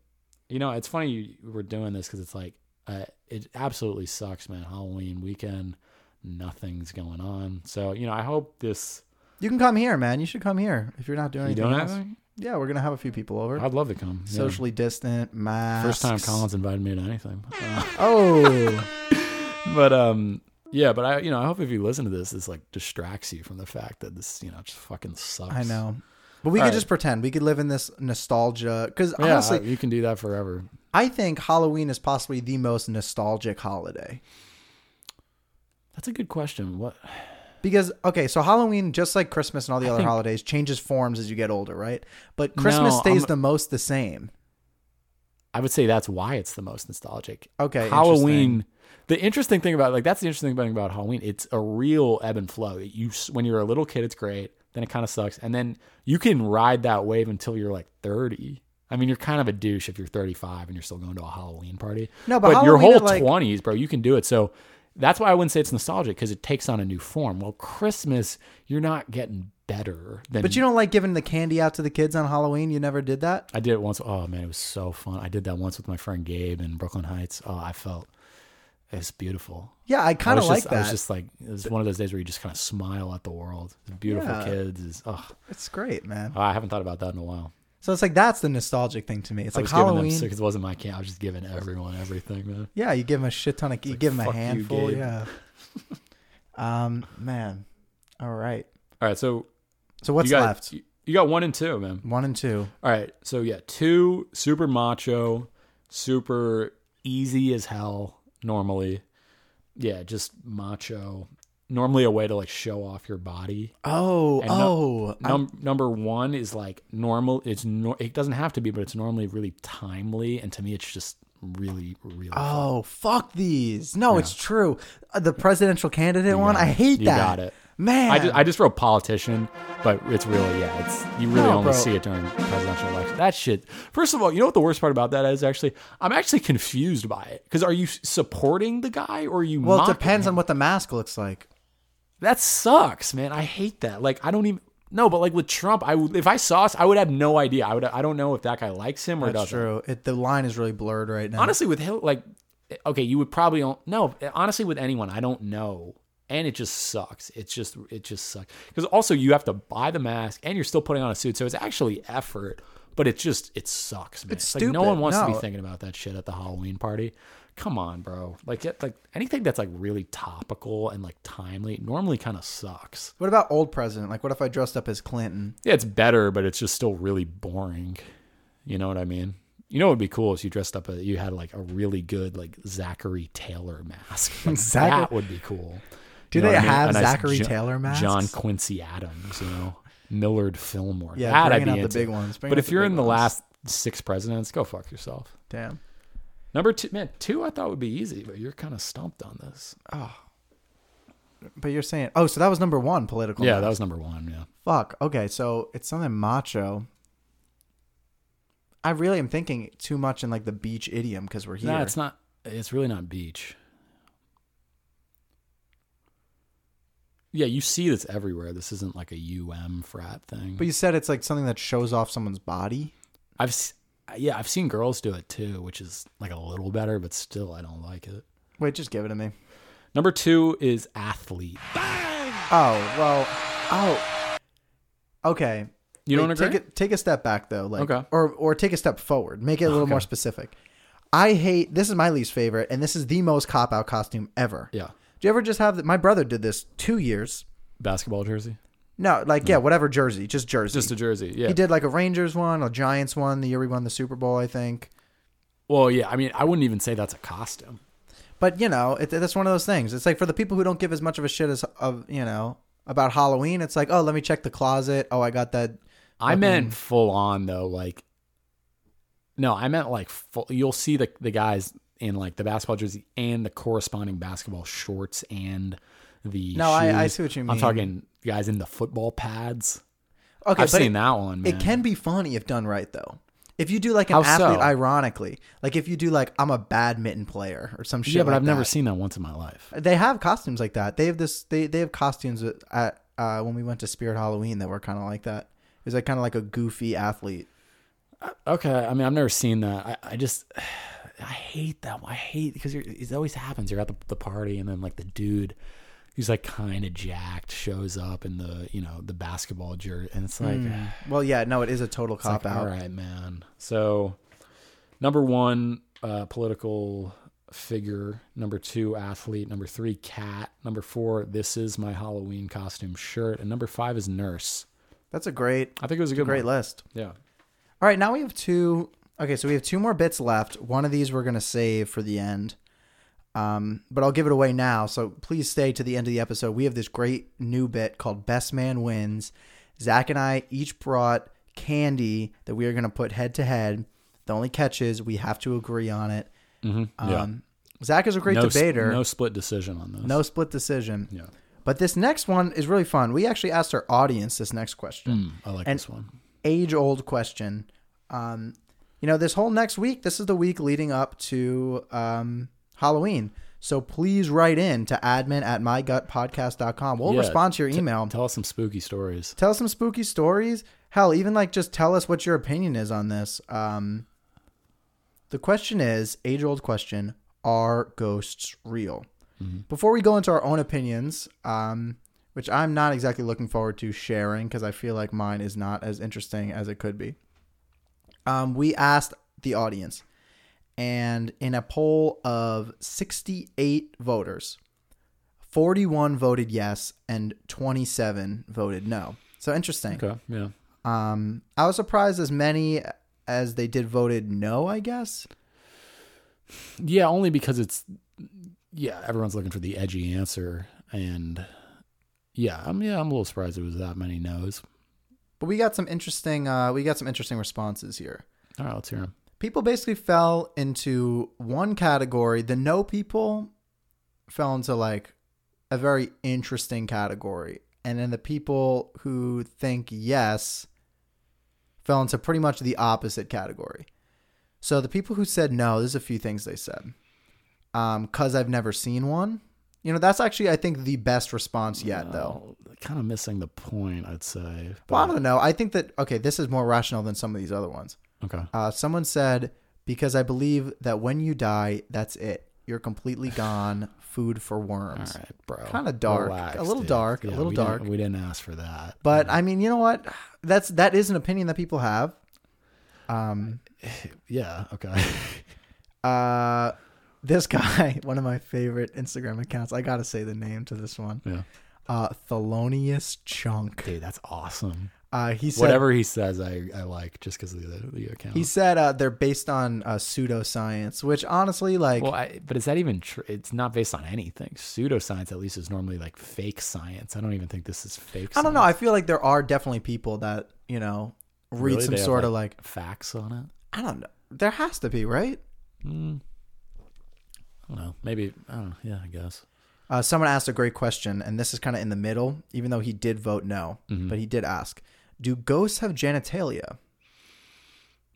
You know, it's funny you you were doing this because it's like uh, it absolutely sucks, man. Halloween weekend, nothing's going on. So you know, I hope this. You can come here, man. You should come here if you're not doing You anything doing else. anything? Yeah, we're gonna have a few people over. I'd love to come. yeah. Socially distant, masks. First time Collins invited me *laughs* to anything. *laughs* Uh, Oh, but um, yeah. But I, you know, I hope if you listen to this, this like distracts you from the fact that this, you know, just fucking sucks. I know. But we All could right. just pretend. We could live in this nostalgia. Because Yeah, honestly, you can do that forever. I think Halloween is possibly the most nostalgic holiday. That's a good question. What? Because okay, so Halloween, just like Christmas and all the other think- holidays, changes forms as you get older, right? But Christmas No, stays I'm- the most the same. I would say that's why it's the most nostalgic. Okay, Halloween. The interesting thing about like that's the interesting thing about Halloween. It's a real ebb and flow. You s- when you're a little kid, it's great. Then it kind of sucks, and then you can ride that wave until you're like 30. I mean, you're kind of a douche if you're 35 and you're still going to a Halloween party. No, but your Halloween whole at, like- 20s, bro, you can do it. So that's why I wouldn't say it's nostalgic because it takes on a new form. Well, Christmas, you're not getting better than But you don't like giving the candy out to the kids on Halloween. You never did that. I did it once. Oh man, it was so fun. I did that once with my friend Gabe in Brooklyn Heights. Oh, I felt it's beautiful. Yeah, I kind of was like just, I that. was just like, it was one of those days where you just kind of smile at the world. The beautiful Yeah. kids is. Oh, It's great, man. I haven't thought about that in a while. So it's like that's the nostalgic thing to me. It's I like was giving them Halloween. because it wasn't my camp. I was just giving everyone everything, man. Yeah, you give them a shit ton of. you give them a fuck you, handful. *laughs* Gabe. yeah. um, man. All right. All right, so So what's you got left? you- you got one and two, man. One and two. All right. So yeah, two super macho, super easy as hell normally. Yeah, just macho. Normally a way to like show off your body. Oh, And oh. I'm- Num- number 1 is like normal it's no- it doesn't have to be but it's normally really timely and to me it's just really really oh, fuck these. No, it's true. Uh, The presidential candidate one. got I it. hate You that. got it. Man. I just, I just wrote politician, but it's really yeah. It's you really No, bro. only see it during presidential election. That shit. First of all, you know what the worst part about that is actually I'm actually confused by it because are you s- supporting the guy or are you? well, it mocking depends him? on what the mask looks like. That sucks, man. I hate that. Like I don't even. No, but like with Trump, I would if I saw us, I would have no idea. I would I don't know if that guy likes him or That's doesn't. true. It, the line is really blurred right now. Honestly, with Hill, like okay, you would probably don't- no. Honestly, with anyone, I don't know, and it just sucks. It's just it just sucks because also you have to buy the mask and you're still putting on a suit, so it's actually effort, but it's just it sucks, man. It's like no stupid. one wants to be No. thinking about that shit at the Halloween party. Come on, bro. Like get, like anything that's like really topical and like timely normally kind of sucks. What about old president? Like, what if I dressed up as Clinton? Yeah, it's better, but it's just still really boring. You know what I mean? You know what would be cool is you dressed up, a, you had like a really good like Zachary *laughs* Taylor mask. Like, Zachary- That would be cool. Do You know they what have A Zachary Taylor masks? John Quincy Adams, you know, Millard Fillmore. Yeah, that I'd bringing be out the into. big ones, bringing But out if the you're big in the ones. last six presidents, go fuck yourself. Damn. Number two, man, two I thought would be easy, but you're kind of stumped on this. Oh But you're saying, oh, so that was number one political. Yeah, that was number one. Yeah. Fuck. Okay, so it's something macho. I really am thinking too much in like the beach idiom because we're here. No, it's not. It's really not beach. Yeah, you see this everywhere. This isn't like a UM frat thing. But you said it's like something that shows off someone's body. I've s- yeah, I've seen girls do it too, which is like a little better, but still I don't like it. Wait, just give it to me. Number 2 is athlete. Oh well. Oh. Okay. You don't Wait, agree? Take a, take a step back though, like Okay. or or take a step forward. Make it a little more specific. I hate this is my least favorite, and this is the most cop out costume ever. Yeah. Do you ever just have the, my brother did this two years? Basketball jersey. No, like yeah, whatever jersey, just jersey. Mm. Just a jersey. Yeah. he did like a Rangers one, a Giants one, the year we won the Super Bowl, I think. Well, yeah, I mean, I wouldn't even say that's a costume. But you know, it, that's one of those things. It's like for the people who don't give as much of a shit as of you know about Halloween. It's like, oh, let me check the closet. Oh, I got that. I meant full on though, like no, I meant like full, you'll see the the guys in like the basketball jersey and the corresponding basketball shorts and the No, I- I shoes. see what you I'm mean. talking guys in the football pads. Okay, I've but seen it- that one. Man. It can be funny if done right, though. If you do like an How so? athlete, ironically, like if you do like I'm a badminton player or some shit. yeah, but like I've never that. seen that once in my life. They have costumes like that. They have this. They they have costumes at uh, when we went to Spirit Halloween that were kind of like that. It was like kind of like a goofy athlete. Okay, I mean, I've never seen that. I, I just. *sighs* I hate that. I hate because you're, it always happens. You're at the, the party, and then like the dude who's like kind of jacked shows up in the you know the basketball jersey, and it's like Well, yeah, no, it is a total cop out. All right, man. So, number one, uh, political figure. Number two, athlete. Number three, cat. Number four, this is my Halloween costume shirt. And number five is nurse. That's a great I think it was a good great one. list. Yeah. All right, now we have two. Okay, so we have two more bits left. One of these we're gonna save for the end, um, but I'll give it away now. So please stay to the end of the episode. We have this great new bit called "Best Man Wins." Zach and I each brought candy that we are gonna put head to head. The only catch is we have to agree on it. Um, Zach is a great no, s- debater. No split decision on this. No split decision. Yeah. But this next one is really fun. We actually asked our audience this next question Mm, I like And- this one. age old question. Um, you know, this whole next week, this is the week leading up to um, Halloween. So please write in to admin at mygutpodcast.com. We'll Yeah, respond to your email. Tell us some spooky stories. tell us some spooky stories. Hell, even like just tell us what your opinion is on this. Um, the question is age old question are ghosts real? Before we go into our own opinions, um, which I'm not exactly looking forward to sharing because I feel like mine is not as interesting as it could be, um, we asked the audience, and in a poll of 68 voters, 41 voted yes and 27 voted no. So interesting. Okay. Yeah. Um, I was surprised as many as they did voted no. I guess. Yeah, only because it's yeah, everyone's looking for the edgy answer, and yeah, I'm yeah, I'm a little surprised it was that many no's. But we got some interesting. Uh, we got some interesting responses here. All right, let's hear them. People basically fell into one category. The no people fell into like a very interesting category, and then the people who think yes fell into pretty much the opposite category. So the people who said no, there's a few things they said. Um, cause I've never seen one. You know, that's actually I think the best response yet, though. kind of missing the point, I'd say. Well, I but- don't know. I think that okay, this is more rational than some of these other ones. okay. Uh, someone said because I believe that when you die, that's it. You're *sighs* completely gone. Food for All worms. right, bro. Kinda dark. Relax, A little dude. dark, a little we didn't- dark. we didn't ask for that. But I mean, you know what? That's that is an opinion that people have. Um, yeah, okay. *laughs* uh, this *laughs* guy, one of my favorite Instagram accounts. I gotta say the name to this one. yeah. Uh, Thelonious Chunk. Dude, that's awesome. Uh, he said Whatever he says, I, I like just because of the, the account. he said uh, they're based on uh, pseudoscience, which honestly, like, well, I, but is that even true? It's not based on anything. Pseudoscience, at least, is normally like fake science. I don't even think this is fake. I don't know. I feel like there are definitely people that you know read Really? some They have, sort of like- like Facts on it. I don't know. There has to be right. I don't know. Maybe I don't know. Yeah, I guess. Uh, someone asked a great question, and this is kind of in the middle, even though he did vote no, Mm-hmm. but he did ask, "Do ghosts have genitalia?"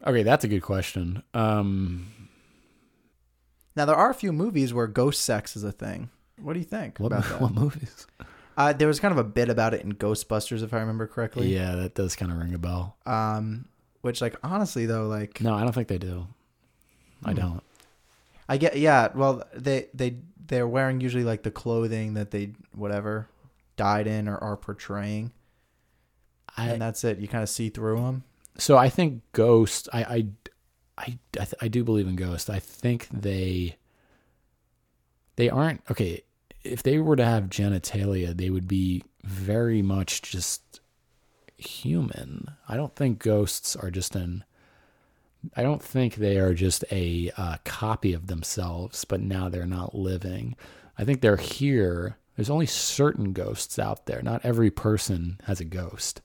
Okay, that's a good question. Um, Now there are a few movies where ghost sex is a thing. What do you think what, *laughs* about that? what movies? Uh, there was kind of a bit about it in Ghostbusters, if I remember correctly. Yeah, that does kind of ring a bell. Um, which, like, honestly though, like, No, I don't think they do. I don't. I get, yeah. Well, they they they're wearing usually like the clothing that they whatever died in or are portraying, I and that's it. You kind of see through them. so I think Ghost. I I I I, th- I do believe in Ghost. I think they they aren't okay. If they were to have genitalia, they would be very much just human. I don't think ghosts are just an. I don't think they are just a uh, copy of themselves, but now they're not living. I think they're here. There's only certain ghosts out there. Not every person has a ghost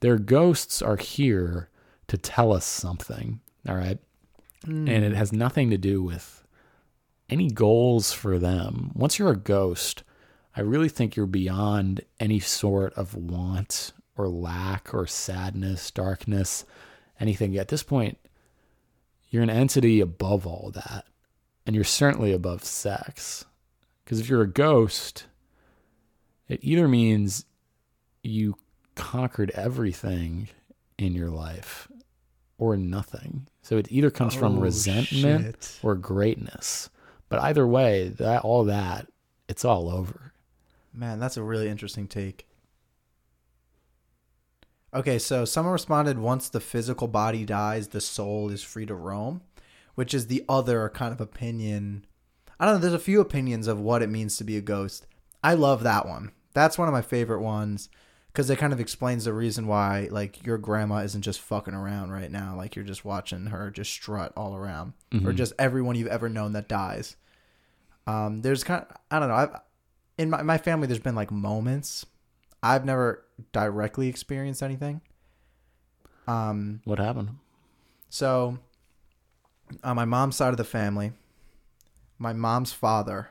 their ghosts are here to tell us something all right and it has nothing to do with any goals for them once you're a ghost i really think you're beyond any sort of want or lack or sadness darkness anything at this point you're an entity above all that and you're certainly above sex because if you're a ghost it either means you conquered everything in your life or nothing. So it either comes from Oh, resentment shit. or greatness. But either way, that all that, it's all over. Man, that's a really interesting take. Okay, so someone responded once the physical body dies, the soul is free to roam, which is the other kind of opinion. I don't know, there's a few opinions of what it means to be a ghost. I love that one. That's one of my favorite ones because it kind of explains the reason why, like, your grandma isn't just fucking around right now. Like, you're just watching her just strut all around, or just everyone you've ever known that dies. Um, there's kind of, I don't know. I've, in my, my family there's been like moments i've never directly experienced anything um What happened? so on my mom's side of the family my mom's father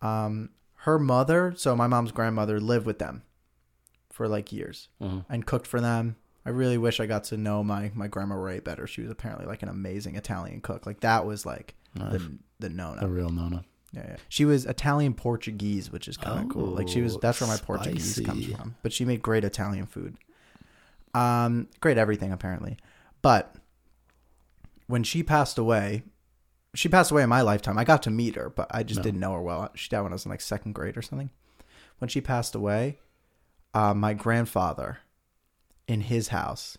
um her mother so my mom's grandmother lived with them for like years Uh-huh. and cooked for them i really wish i got to know my my grandma ray better she was apparently like an amazing italian cook like that was like the the known The real Nona. yeah, yeah. She was Italian Portuguese, which is kind of cool. Like she was Oh, that's where my Portuguese comes spicy. from. But she made great Italian food. Um great everything apparently. But when she passed away, she passed away in my lifetime. I got to meet her, but I just didn't know her well. She died when I was in like second grade or something. When she passed away, uh, my grandfather in his house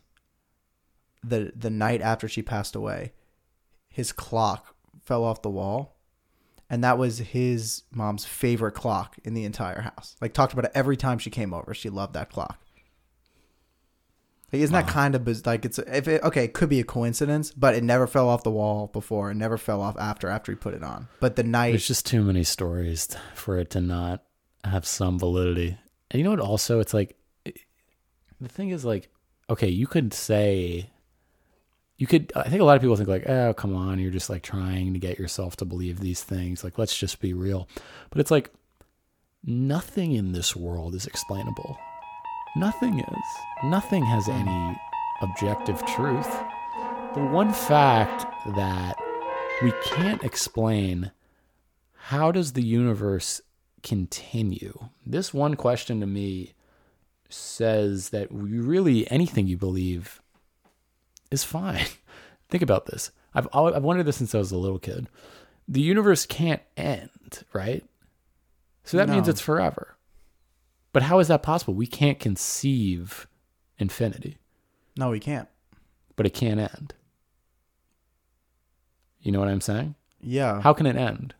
the the night after she passed away, his clock fell off the wall and that was his mom's favorite clock in the entire house. Like talked about it every time she came over. She loved that clock. Like, isn't that kind of biz- like it's if it, okay? It could be a coincidence, but it never fell off the wall before. It never fell off after after he put it on. But the night, There's just too many stories t- for it to not have some validity. And you know what? Also, it's like it- the thing is like, okay, you could say, you could. I think a lot of people think like, oh, come on, you're just like trying to get yourself to believe these things. Like, let's just be real. But it's like nothing in this world is explainable. Nothing is. Nothing has any objective truth. The one fact that we can't explain how does the universe continue? This one question to me says that we really anything you believe is fine. *laughs* Think about this. I've always, I've wondered this since I was a little kid. The universe can't end, right? So that means No. it's forever. But how is that possible? We can't conceive infinity no, we can't. but it can't end. You know what I'm saying? Yeah, How can it end?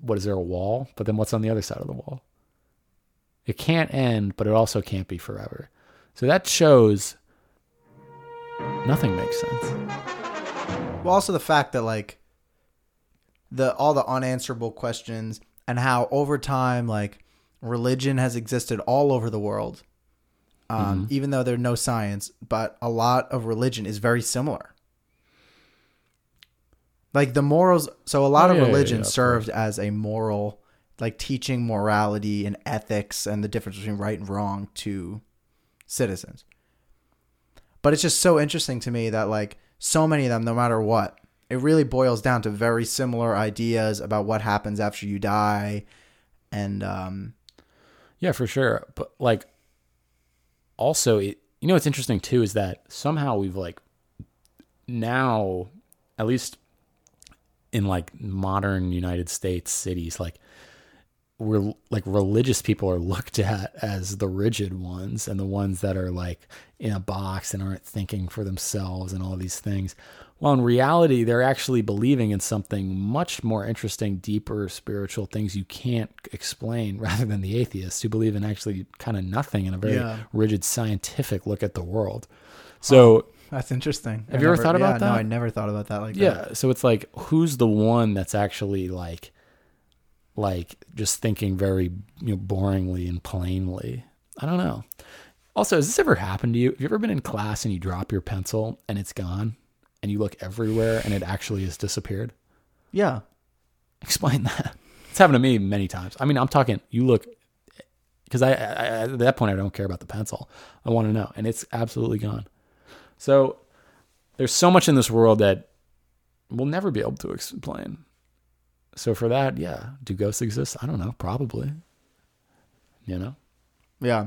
What is there a wall? But then what's on the other side of the wall? It can't end, but it also can't be forever. So that shows nothing makes sense. Well, also the fact that like the all the unanswerable questions and how over time like religion has existed all over the world, um, Mm-hmm. even though there's no science, but a lot of religion is very similar. Like the morals, so a lot Oh, of yeah, yeah, religion yeah, of served as a moral, like teaching morality and ethics and the difference between right and wrong to citizens but it's just so interesting to me that like so many of them no matter what it really boils down to very similar ideas about what happens after you die and um *laughs* Yeah, for sure. But like, also, it you know what's interesting too is that somehow we've like now, at least in like modern United States cities, like we're like religious people are *laughs* looked at as the rigid ones and the ones that are like in a box and aren't thinking for themselves and all these things. Well, in reality, they're actually believing in something much more interesting, deeper spiritual things you can't explain *laughs* rather than the atheists who believe in actually kind of nothing and a very Yeah. rigid scientific look at the world. So, that's interesting Have you ever thought about no that? i never thought about that like that. yeah so it's like who's the one that's actually like like just thinking very you know boringly and plainly i don't know also has this ever happened to you have you ever been in class and you drop your pencil and it's gone and you look everywhere and it actually has disappeared yeah *laughs* explain that it's happened to me many times i mean i'm talking you look because I, I I- at that point i don't care about the pencil i want to know and it's absolutely gone so there's so much in this world that we'll never be able to explain so for that yeah do ghosts exist i don't know probably you know yeah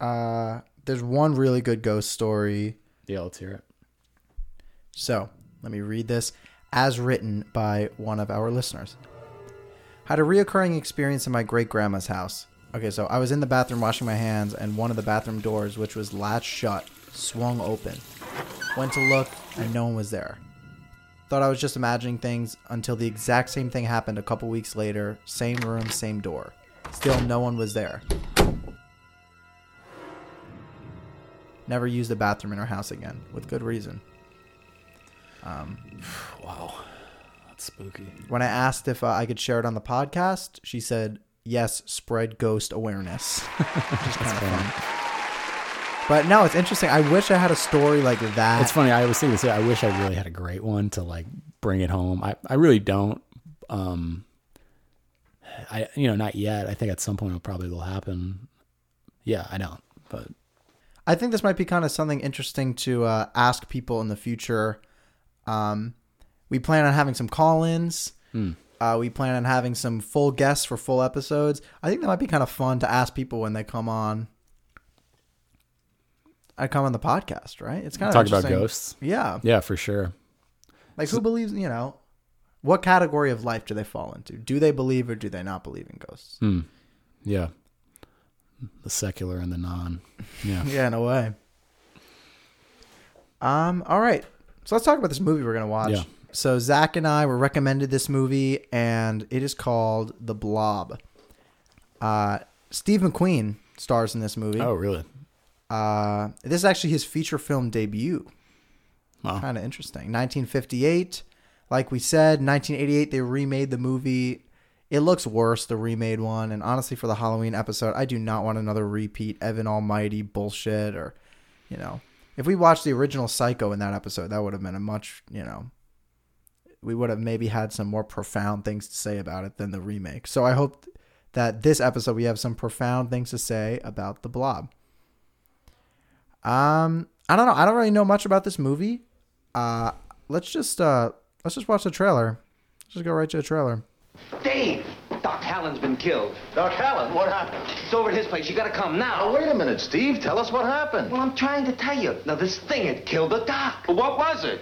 uh there's one really good ghost story yeah let's hear it So let me read this as written by one of our listeners. Had a reoccurring experience in my great grandma's house. Okay, so I was in the bathroom washing my hands, and one of the bathroom doors, which was latched shut, swung open. Went to look, and no one was there. Thought I was just imagining things until the exact same thing happened a couple weeks later. Same room, same door. Still, no one was there. Never used the bathroom in her house again, with good reason. that's spooky When I asked if uh, I could share it on the podcast, she said, "Yes, spread ghost awareness." *laughs* Which is kind of fun. But no, it's interesting. I wish I had a story like that. It's funny. I always think this. I wish I really had a great one to like bring it home. I, I really don't. Um, I you know not yet. I think at some point it probably will happen. Yeah, I don't. But I think this might be kind of something interesting to uh, ask people in the future. Um, we plan on having some call-ins. Hmm. Uh, we plan on having some full guests for full episodes. I think that might be kind of fun to ask people when they come on. I come on the podcast, right? It's kind of talk about Oh, interesting. ghosts. Yeah. Yeah, for sure. Like who believes, you know, what category of life do they fall into? Do they believe or do they not believe in Hmm. ghosts? Yeah, the secular and the non. *laughs* Yeah, Yeah, in a way. Um, all right. So let's talk about this movie we're gonna watch. Yeah. So Zach and I were recommended this movie and it is called The Blob. Uh Steve McQueen stars in this movie. Oh, really? Uh, this is actually his feature film debut. Wow. Kind of interesting. 1958. Like we said, 1988, they remade the movie. It looks worse, the remade one. And honestly, for the Halloween episode, I do not want another repeat Evan Almighty bullshit or, you know. If we watched the original Psycho in that episode, that would have been a much, you know, we would have maybe had some more profound things to say about it than the remake. So I hope that this episode we have some profound things to say about The Blob. Um, I don't know. I don't really know much about this movie. Uh, let's just uh, let's just watch the trailer. Let's just go right to the trailer. Dave! Doc Hallen's been killed. Doc Allen, what happened? It's over at his place. You gotta come now. Now, wait a minute, Steve. Tell us what happened. Well, I'm trying to tell you. Now, this thing had killed the doc. What was it?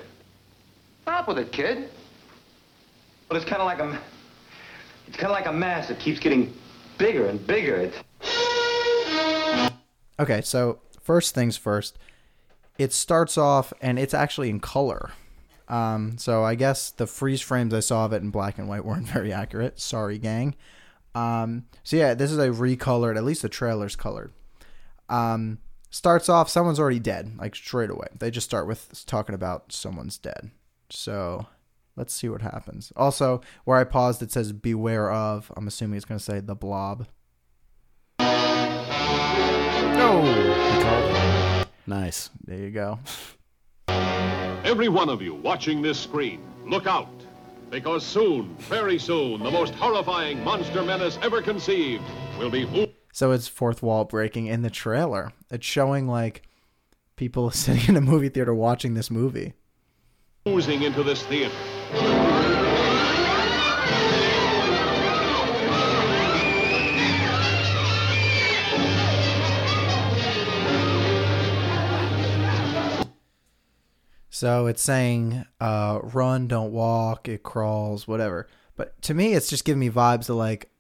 Stop with it, kid. Well, it's kind of like a... It's kind of like a mass that keeps getting bigger and bigger. It's... Okay, so first things first. It starts off and it's actually in color. Um, so I guess the freeze frames I saw of it in black and white weren't *laughs* very accurate. Sorry, gang. Um, so yeah, this is a recolored. At least the trailer's colored. Um, starts off someone's already dead, like straight away. They just start with talking about someone's dead. So let's see what happens. Also, where I paused, it says beware of. I'm assuming it's going to say the blob. Nice. There you go. *laughs* Every one of you watching this screen, look out. Because soon, very soon, the most horrifying monster menace ever conceived will be oozing So it's fourth wall breaking in the trailer. It's showing like people *laughs* sitting in a movie theater watching this movie. oozing into this theater. So it's saying uh, run, don't walk, it crawls, whatever. But to me, it's just giving me vibes of like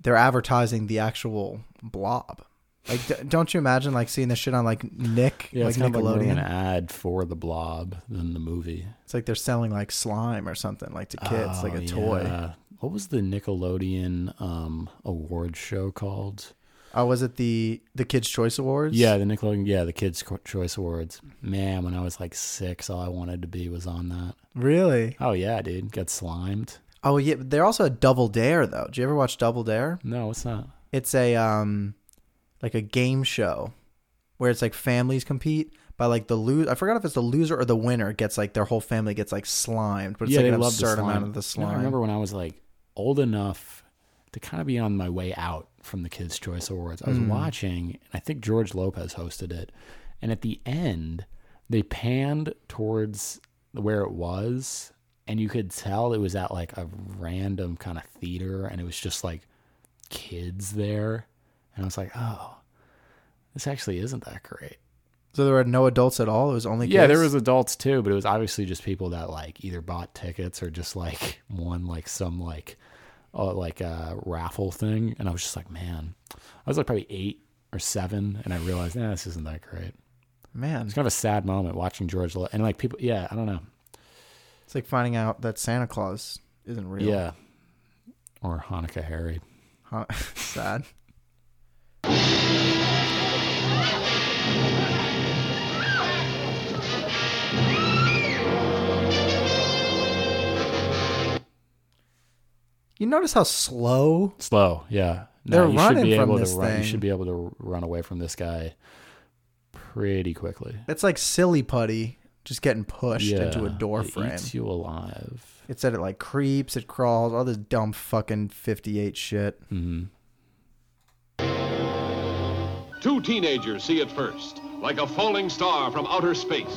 they're advertising the actual blob. Like, d- don't you imagine like seeing this shit on like Nick, Yeah, like it's kind of like Nickelodeon? running an ad for the Blob in the movie. it's like they're selling like slime or something like to kids, like Oh, a toy. yeah. What was the Nickelodeon um, award show called? Oh, was it the the Kids Choice Awards? Yeah, the Nickelodeon. Yeah, the Kids Co- Choice Awards. Man, when I was like six, all I wanted to be was on that. really. Oh yeah, dude, got slimed. Oh yeah, but they're also a Double Dare though. Do you ever watch Double Dare? No, it's not. It's a um, like a game show where it's like families compete by like the lose. I forgot if it's the loser or the winner gets like their whole family gets like slimed, but it's yeah, like they an love the absurd slime. amount of the You know, slime. I remember when I was like old enough to kind of be on my way out from the Kids Choice Awards. I was Hmm. watching, and I think George Lopez hosted it. And at the end, they panned towards where it was, and you could tell it was at like a random kind of theater, and it was just like kids there. And I was like, oh, this actually isn't that great. so there were no adults at all. It was only Yeah, there kids? was adults too, but it was obviously just people that like either bought tickets or just like *laughs* won like some like uh, like a raffle thing. And I was just like, man, I was like probably eight or seven, and I realized, nah, this isn't that great. man. It's kind of a sad moment watching George Lo- and like people. Yeah, I don't know. It's like finding out that Santa Claus isn't real. Yeah, or Hanukkah Harry. Huh? *laughs* sad. You notice how slow? Slow. Yeah, They're you running should be from able this to run. thing. You should be able to run away from this guy pretty quickly. That's like silly putty just getting pushed Yeah, into a door it frame. eats you alive. It said it like creeps, it crawls, all this dumb fucking 58 shit. Hmm. Two teenagers see it first, like a falling star from outer space.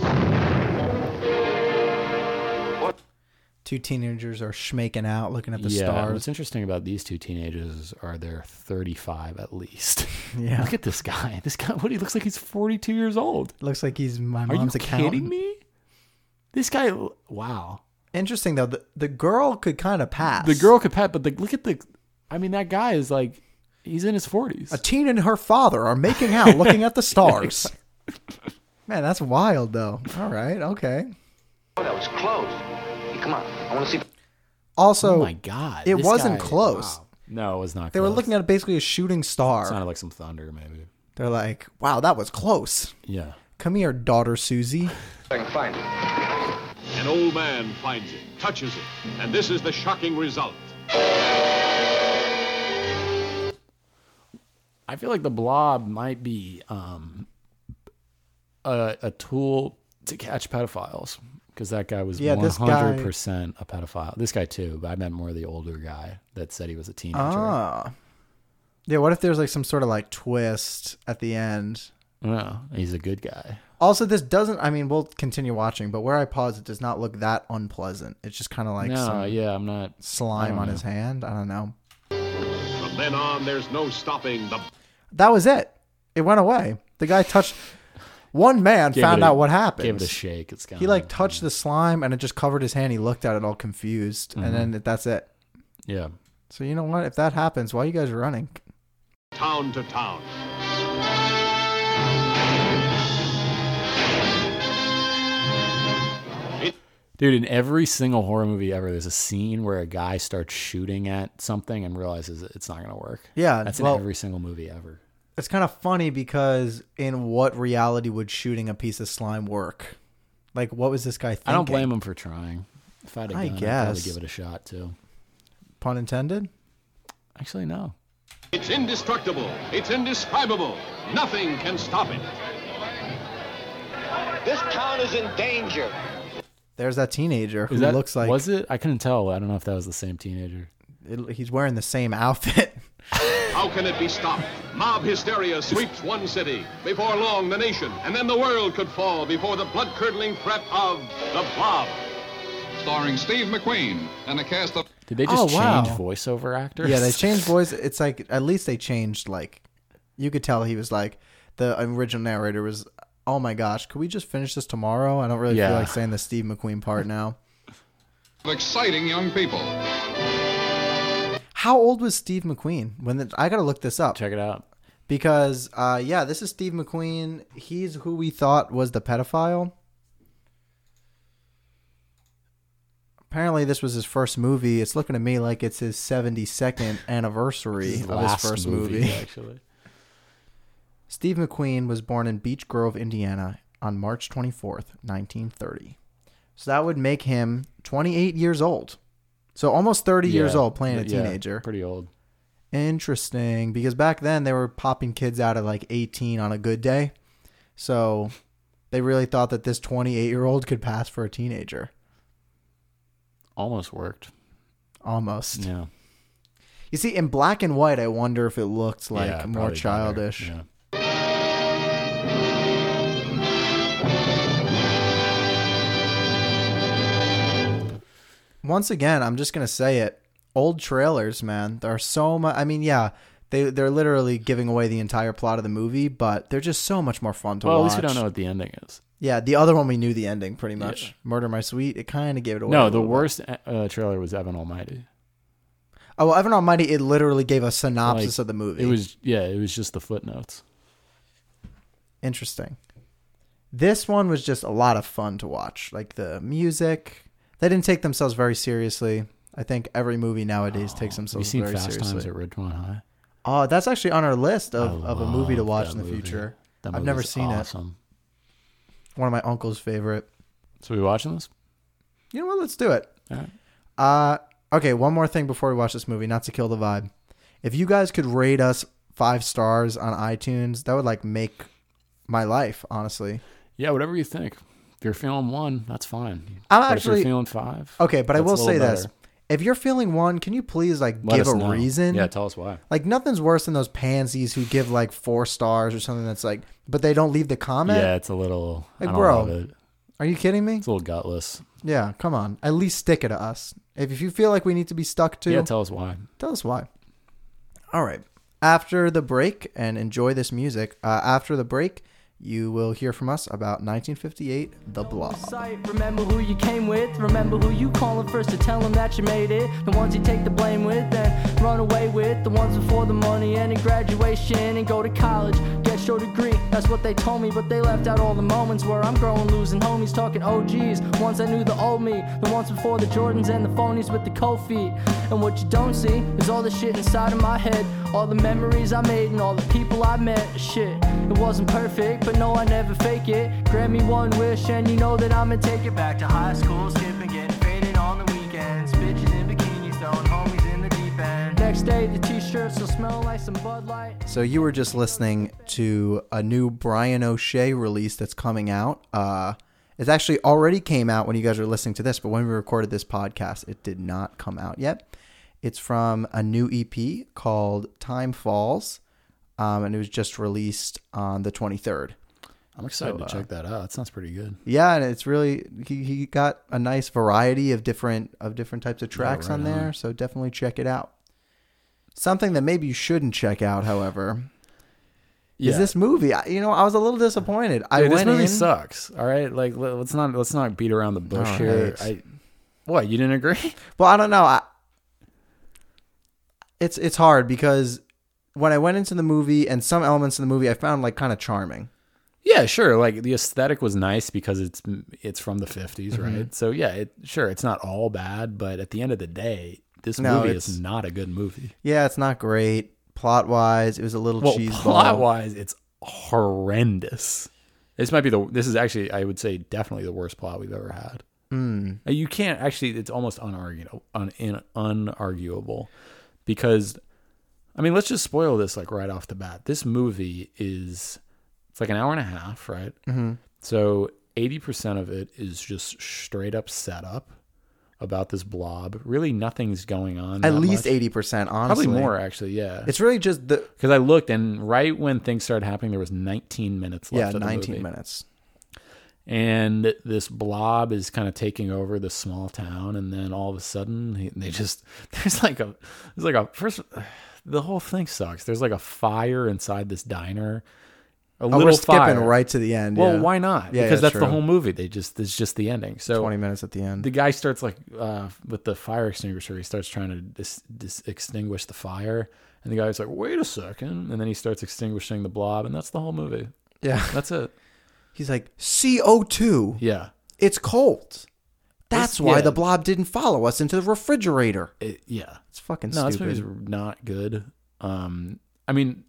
Two teenagers are schmaking out looking at the yeah, stars. What's interesting about these two teenagers are they're 35 at least. *laughs* *laughs* Yeah. Look at this guy. This guy, what he looks like he's 42 years old. Looks like he's my Are mom's you accountant. kidding me? This guy, wow. Interesting though, the, the girl could kind of pass. The girl could pet, but the, look at the, I mean, that guy is like, he's in his 40s. A teen and her father are making *laughs* out looking at the stars. Man, that's wild though. All right, okay. Oh, that was close. Hey, come on, I want to see. Also, oh my God. it this wasn't guy- close. wow. No, it was not They were looking at basically a shooting it star. sounded like some thunder, maybe. They're like, "Wow, that was close. Yeah. Come here, daughter *laughs* Susie." if I can find it. An old man finds it, touches it, and this is the shocking result. I feel like the blob might be um, a, a tool to catch pedophiles because that guy was Yeah, this guy- 100% a pedophile. This guy, too, but I meant more the older guy that said he was a teenager. Ah. Yeah, what if there's like some sort of like twist at the end? No, he's a good guy. Also, this doesn't. I mean, we'll continue watching, but where I pause, it does not look that unpleasant. It's just kind of like no, some yeah, I'm not. slime don't on know. his hand. I don't know. From then on, there's no stopping the that was it. It went away. The guy touched. One man Gave found it a- out what happened. Give it a shake. It's gone. he like touched the slime and it just covered his hand. He looked at it all confused, Mm-hmm. and then it- that's it. yeah. So you know what? If that happens, why you guys running? town to town. Dude, in every single horror movie ever, there's a scene where a guy starts shooting at something and realizes it's not going to work. Yeah, That's well- in every single movie ever. It's kind of funny because in what reality would shooting a piece of slime work? Like, what was this guy thinking? I don't blame him for trying. If I had a I gun, I'd probably guess. give it a shot too. Pun intended. Actually, no. It's indestructible. It's indescribable. Nothing can stop it. This town is in danger. There's that teenager who Is that- looks like was it? I couldn't tell. I don't know if that was the same teenager. it- he's wearing the same outfit. *laughs* How can it be stopped? Mob hysteria sweeps one city. Before long, the nation and then the world could fall before the blood-curdling threat of the mob. starring Steve McQueen and a cast of Did they just Oh, wow. change voiceover actors? yeah, they changed voice. It's like at least they changed. Like you could tell he was like the original narrator was. Oh my gosh, could we just finish this tomorrow? I don't really Yeah. feel like saying the Steve McQueen part now. exciting young people. How old was Steve McQueen when the, I gotta look this up? *laughs* Check it out. because uh, yeah, this is Steve McQueen. He's who we thought was the pedophile. Apparently, this was his first movie. It's looking to me like it's his 72nd anniversary His of last his first movie. *laughs* actually. Steve McQueen was born in Beech Grove, Indiana, on March 24th, 1930. So that would make him 28 years old. So almost 30 years Yeah, old playing a yeah, teenager. pretty old. Interesting, because back then they were popping kids out at like 18 on a good day. So they really thought that this 28 year old could pass for a teenager. Almost worked. Almost. Yeah. You see, in black and white, I wonder if it looked like Yeah, more probably better. childish. Yeah. Once again, I'm just going to say it. Old trailers, man. There are so much. I mean, yeah, they, they're literally giving away the entire plot of the movie, but they're just so much more fun to Well, at watch. least we don't know what the ending is. Yeah, the other one we knew the ending pretty much. Murder My Sweet, it kind of gave it away. a No, the little bit. worst uh, trailer was Evan Almighty. Oh, well, Evan Almighty, it literally gave a synopsis Like, of the movie. It was yeah, it was just the footnotes. interesting. This one was just a lot of fun to watch. Like the music, they didn't take themselves very seriously. I think every movie nowadays takes Have you themselves Oh, seen very Fast Times seriously. at Ridgemont High? Oh, that's actually on our list of, I of a movie to love watch that in the movie. future. That I've never movie's seen awesome. it. One of my uncle's favorite. it. So we watching this? You know what? Let's do it. All right. Uh, okay, one more thing before we watch this movie, not to kill the vibe. If you guys could rate us five stars on iTunes, that would like make my life, honestly. Yeah, whatever you think. If you're feeling one, that's fine. I'm But actually- if you're feeling five. Okay, but I that's a will little say this: better. if you're feeling one, can you please like Let give us a know. reason? Yeah, tell us why. like nothing's worse than those pansies who give like four stars or something that's like, but they don't leave the comment. yeah, it's a little. Like, I don't bro. love it. Are you kidding me? It's a little gutless. Yeah, come on. At least stick it to us. If, if you feel like we need to be stuck to, Yeah, tell us why. tell us why. All right. After the break, and enjoy this music. Uh, after the break, you will hear from us about 1958, The Blob. sight. Remember who you came with. Remember who you calling first to tell them that you made it. The ones you take the blame with and run away with. The ones before the money and in graduation and go to college. Get your degree. That's what they told me, but they left out all the moments where I'm growing, losing homies, talking OGs. Ones that knew the old me. The ones before the Jordans and the phonies with the cold feet. And what you don't see is all the shit inside of my head. All the memories I made and all the people I met. Shit, it wasn't perfect, but no, I never fake it. Grant me one wish, and you know that I'ma take it back to high school, skipping, getting faded on the weekends. Bitches in bikinis, throwing homies in the deep end. Next day, the t shirts will smell like some Bud Light. So you were just listening to a new Brian O'Shea release that's coming out. Uh, it actually already came out when you guys were listening to this, but when we recorded this podcast, it did not come out yet. It's from a new EP called Time Falls, um, and it was just released on the 23rd. I'm excited to check that out. That sounds pretty good. Yeah, and it's really he, he got a nice variety of different of different types of tracks on there, so definitely check it out. Something that maybe you shouldn't check out, however, Yeah. is this movie. I, you know, I was a little disappointed. I Dude, went this movie in, sucks. All right, like le- let's not let's not beat around the bush All here. right. I, what you didn't agree? *laughs* Well, I don't know. I, it's it's hard because when I went into the movie and some elements of the movie I found like kind of charming. yeah, sure. Like the aesthetic was nice because it's it's from the 50s, Mm-hmm. right? So yeah, it, sure, it's not all bad, but at the end of the day, this No, movie it's- is not a good movie. Yeah, it's not great. Plot wise, it was a little Well, *laughs* cheese plot ball. wise, it's horrendous. This might be the. This is actually, I would say, definitely the worst plot we've ever had. Hmm. Uh, You can't actually. It's almost unarguable, un, in, unarguable, because, I mean, let's just spoil this like right off the bat. This movie is, it's like an hour and a half, right? Mm-hmm. So eighty percent of it is just straight up setup about this blob. Really, nothing's going on. At that least much. eighty percent, honestly. Probably more actually, yeah. It's really just the Because I looked, and right when things started happening, there was 19 minutes yeah, left. of the nineteen movie. minutes. And this blob is kind of taking over this small town, and then all of a sudden, he- they just *laughs* there's like a there's like a first *sighs* the whole thing sucks. There's like a fire inside this diner. A Oh, little we're skipping fire. right to the end. Well, yeah. why not? Yeah, because yeah, that's the true. whole movie. They just it's just the ending. So Twenty minutes at the end. the guy starts like uh, with the fire extinguisher. He starts trying to dis- dis- extinguish the fire, and the guy's like, "Wait a second. and then he starts extinguishing the blob, and that's the whole movie. yeah, That's it. he's like CO two. Yeah, It's cold. That's why yeah. the blob didn't follow us into the refrigerator. It- yeah. It's fucking No, stupid. this movie's not good. Um, I mean,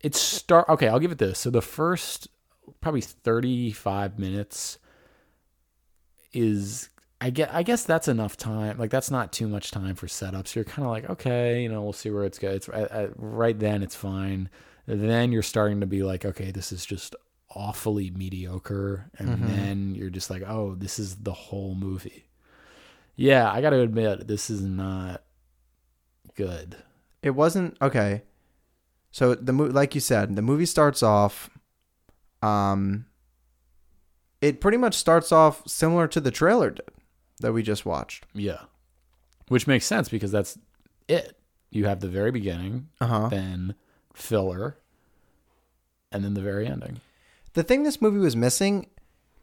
it's start. Okay, I'll give it this. So the first probably thirty-five minutes is. I get. I guess that's enough time. Like that's not too much time for setups. You're kind of like, okay, you know, we'll see where it's go. It's I, I, right then. It's fine. Then you're starting to be like, okay, this is just awfully mediocre. And Mm-hmm. then you're just like, oh, this is the whole movie. Yeah, I got to admit, this is not good. it wasn't okay. So the mo- like you said, the movie starts off. Um, it pretty much starts off similar to the trailer did that we just watched. Yeah. Which makes sense because that's it. You have the very beginning, Uh huh. then filler, and then the very ending. The thing this movie was missing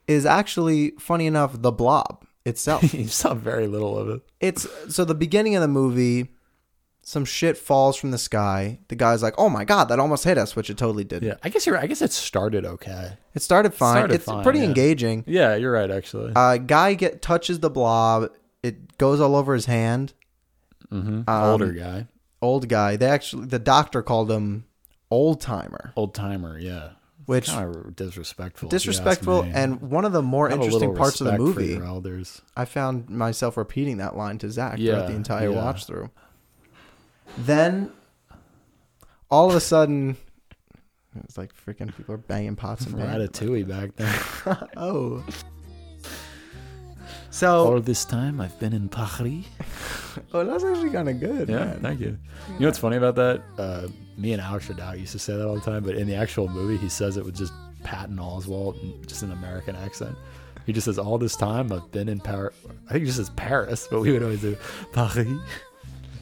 is actually, funny enough, the blob *laughs* itself. *laughs* you saw very little of it. it's so the beginning of the movie, some shit falls from the sky. The guy's like, "Oh my god, that almost hit us," which it totally did. Yeah. I guess you're right. I guess it started okay. It started fine. Started it's fine, pretty yeah. engaging. Yeah, you're right, actually. Uh, guy get touches the blob. It goes all over his hand. Older guy. Old guy. They actually the doctor called him old timer, Old timer, yeah. which Kind of disrespectful. if you ask disrespectful me. and one of the more Have a interesting little parts of the respect for movie. your elders. I found myself repeating that line to Zach Yeah, throughout the entire yeah. watch through. Then all of a sudden it's like freaking people are banging pots and pans. Ratatouille back then. Oh. So All this time I've been in Paris. oh, that's actually kind of good. Yeah, man. thank you. You know what's funny about that? Uh, me and Alex Radout used to say that all the time, but in the actual movie, he says it with just Patton Oswalt, and just an American accent. He just says, "All this time I've been in Paris." I think he just says Paris, but we would always do Paris.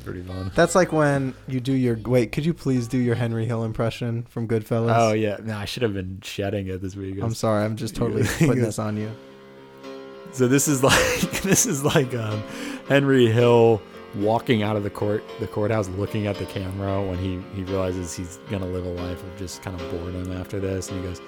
Pretty fun. That's like when you do your wait. Could you please do your Henry Hill impression from Goodfellas? Oh yeah, no, I should have been shedding it this week. I'm sorry. I'm just *laughs* totally Yeah. putting this on you. So this is *laughs* like this is like um, Henry Hill walking out of the court the courthouse looking at the camera when he he realizes he's gonna live a life of just kind of boredom after this and he goes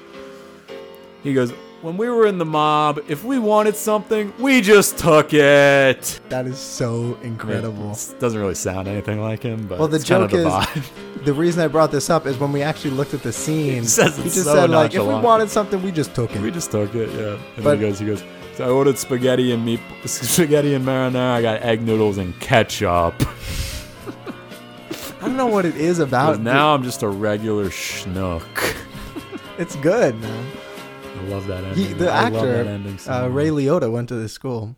he goes when we were in the mob if we wanted something we just took it That is so incredible. It doesn't really sound anything like him but Well, the it's kind of joke is- the vibe. *laughs* The reason I brought this up is when we actually looked at the scene, says he it just so said like, "If we nonchalant. wanted something, we just took it." we just took it yeah and But- he goes he goes so I ordered spaghetti and meat *laughs* spaghetti and marinara I got egg noodles and ketchup I don't know what it is about. But now I'm just a regular schnook. it. it's good, man. I love that ending. He, the I love that actor ending so uh, much. *laughs* Ray Liotta went to this school,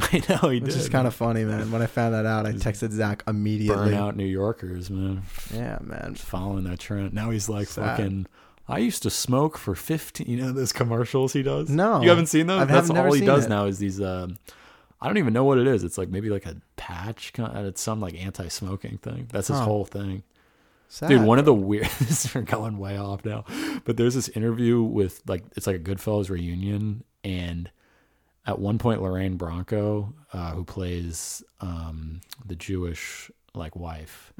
I know he did. which is kind of funny, man. When I found that out, I texted Zach immediately. burnout New Yorkers, man. Yeah, man. Following that trend. Now he's like Sad. fucking. I used to smoke for 15. You know those commercials he does? No. You haven't seen those? I That's have never all he seen does it. now is these. Um, I don't even know what it is. It's like maybe like a patch. kind- It's some like anti smoking thing. That's his Huh. whole thing. Sad. Dude, one of the *laughs* weirdest. We're going way off now, but there's this interview with like it's like a Goodfellas reunion, and at one point Lorraine Bronco, uh, who plays um, the Jewish like wife,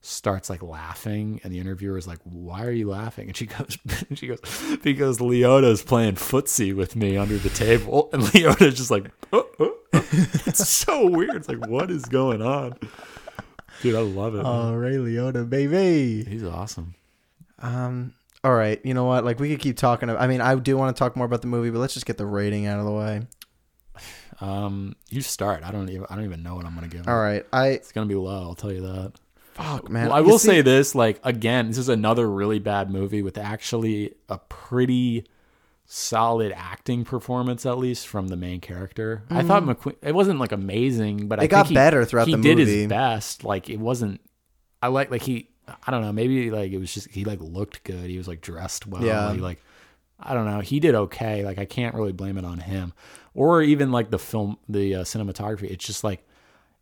starts like laughing, and the interviewer is like, "Why are you laughing?" And she goes, *laughs* "She goes because Leota's playing footsie with me under the table," and *laughs* "Uh, Leota's just like, "Oh, oh, oh." "It's so weird. It's like what is going on?" Dude, I love it. Oh, Ray Liotta, baby. He's awesome. All right, you know what? Like we could keep talking. About, I mean, I do want to talk more about the movie, but let's just get the rating out of the way. Um, you start. I don't even. I don't even know what I'm gonna give. it. All right, I It's gonna be low. I'll tell you that. fuck man. Well, I You will see- say this, like again, this is another really bad movie with actually a pretty solid acting performance, at least from the main character. I thought McQueen. It wasn't like amazing, but Mm-hmm. I It got think he- better throughout he the did movie. his best. Like it wasn't. I like like he. I don't know. Maybe like it was just he like looked good. He was like dressed well. Yeah. He, like I don't know. He did okay. Like I can't really blame it on him, or even like the film, the uh, cinematography. It's just like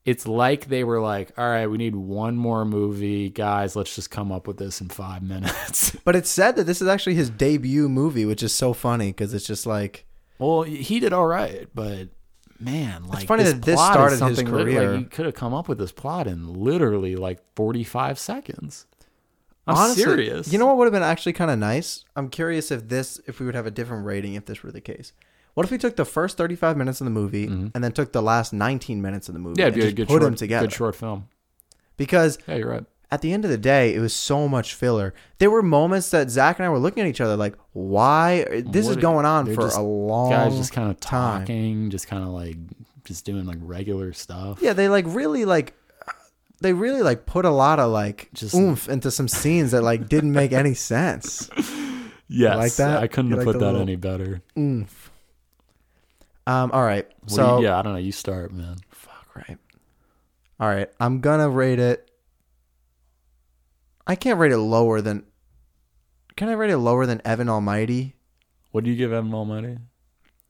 it's like they were like, all right, we need one more movie, guys. Let's just come up with this in five *laughs* minutes. but it's said that this is actually his debut movie, which is so funny because it's just like well, he did all right, but man, like funny that this plot is started his something lit- career. Like, you could have come up with this plot in literally like forty-five seconds. I'm honestly, serious. You know what would have been actually kind of nice? I'm curious if this, if we would have a different rating if this were the case. What if we took the first 35 minutes of the movie and then took the last 19 minutes of the movie? Mm-hmm. Yeah, it'd and be a just good put short, them together good short film. because Yeah, you're right. at the end of the day, it was so much filler. There were moments that Zach and I were looking at each other like, why? This is What- going on they're for just- a long Guys, just kind of time. talking, just kind of like just doing like regular stuff. Yeah, they like really like, they really like put a lot of like Just- oomph into some scenes that like didn't make any *laughs* sense. Yes, like that? I couldn't You have like put the that little- any better. Um, all right. What do so you- yeah, I don't know. You start, man. Right. All right. I'm going to rate it. I can't rate it lower than. Can I rate it lower than Evan Almighty? What do you give Evan Almighty?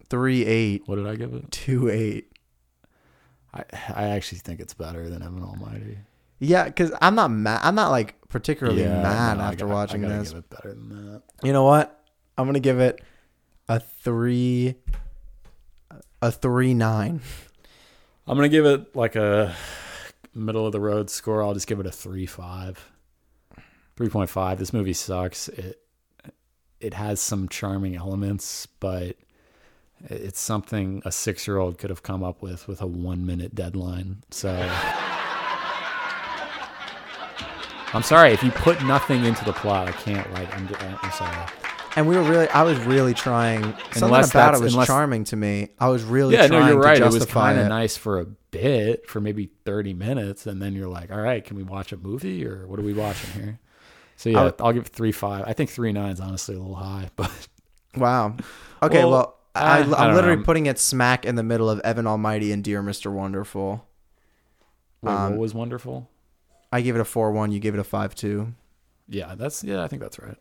3828. What did I give it? I I actually think it's better than Evan Almighty. Yeah, because I'm not mad. I'm not like particularly mad no, I after gotta- watching I gotta this. give it better than that. You know what? I'm going to give it a 3. A 3 9. I'm gonna give it like a middle of the road score. I'll just give it a three five. 3.5. This movie sucks. It it has some charming elements, but it's something a six year old could have come up with with a one minute deadline. So I'm sorry if you put nothing into the plot. I can't like. I'm, I'm sorry. And we were really, I was really trying. Something Unless about that's- it was unless- charming to me. I was really Yeah, trying no, you're right. to It was justify kind it. of nice for a bit, for maybe 30 minutes, and then you're like, all right, can we watch a movie or what are we watching here? So yeah, would- I'll give it three five. I think three nine is honestly a little high, *laughs* but Wow. Okay, well, Well, I, uh, I am don't literally know. putting it smack in the middle of Evan Almighty and Dear Mr. Wonderful. wait, Um, what was wonderful? I give it a 4 1, you give it a 5 2. Yeah, that's yeah, I think that's right.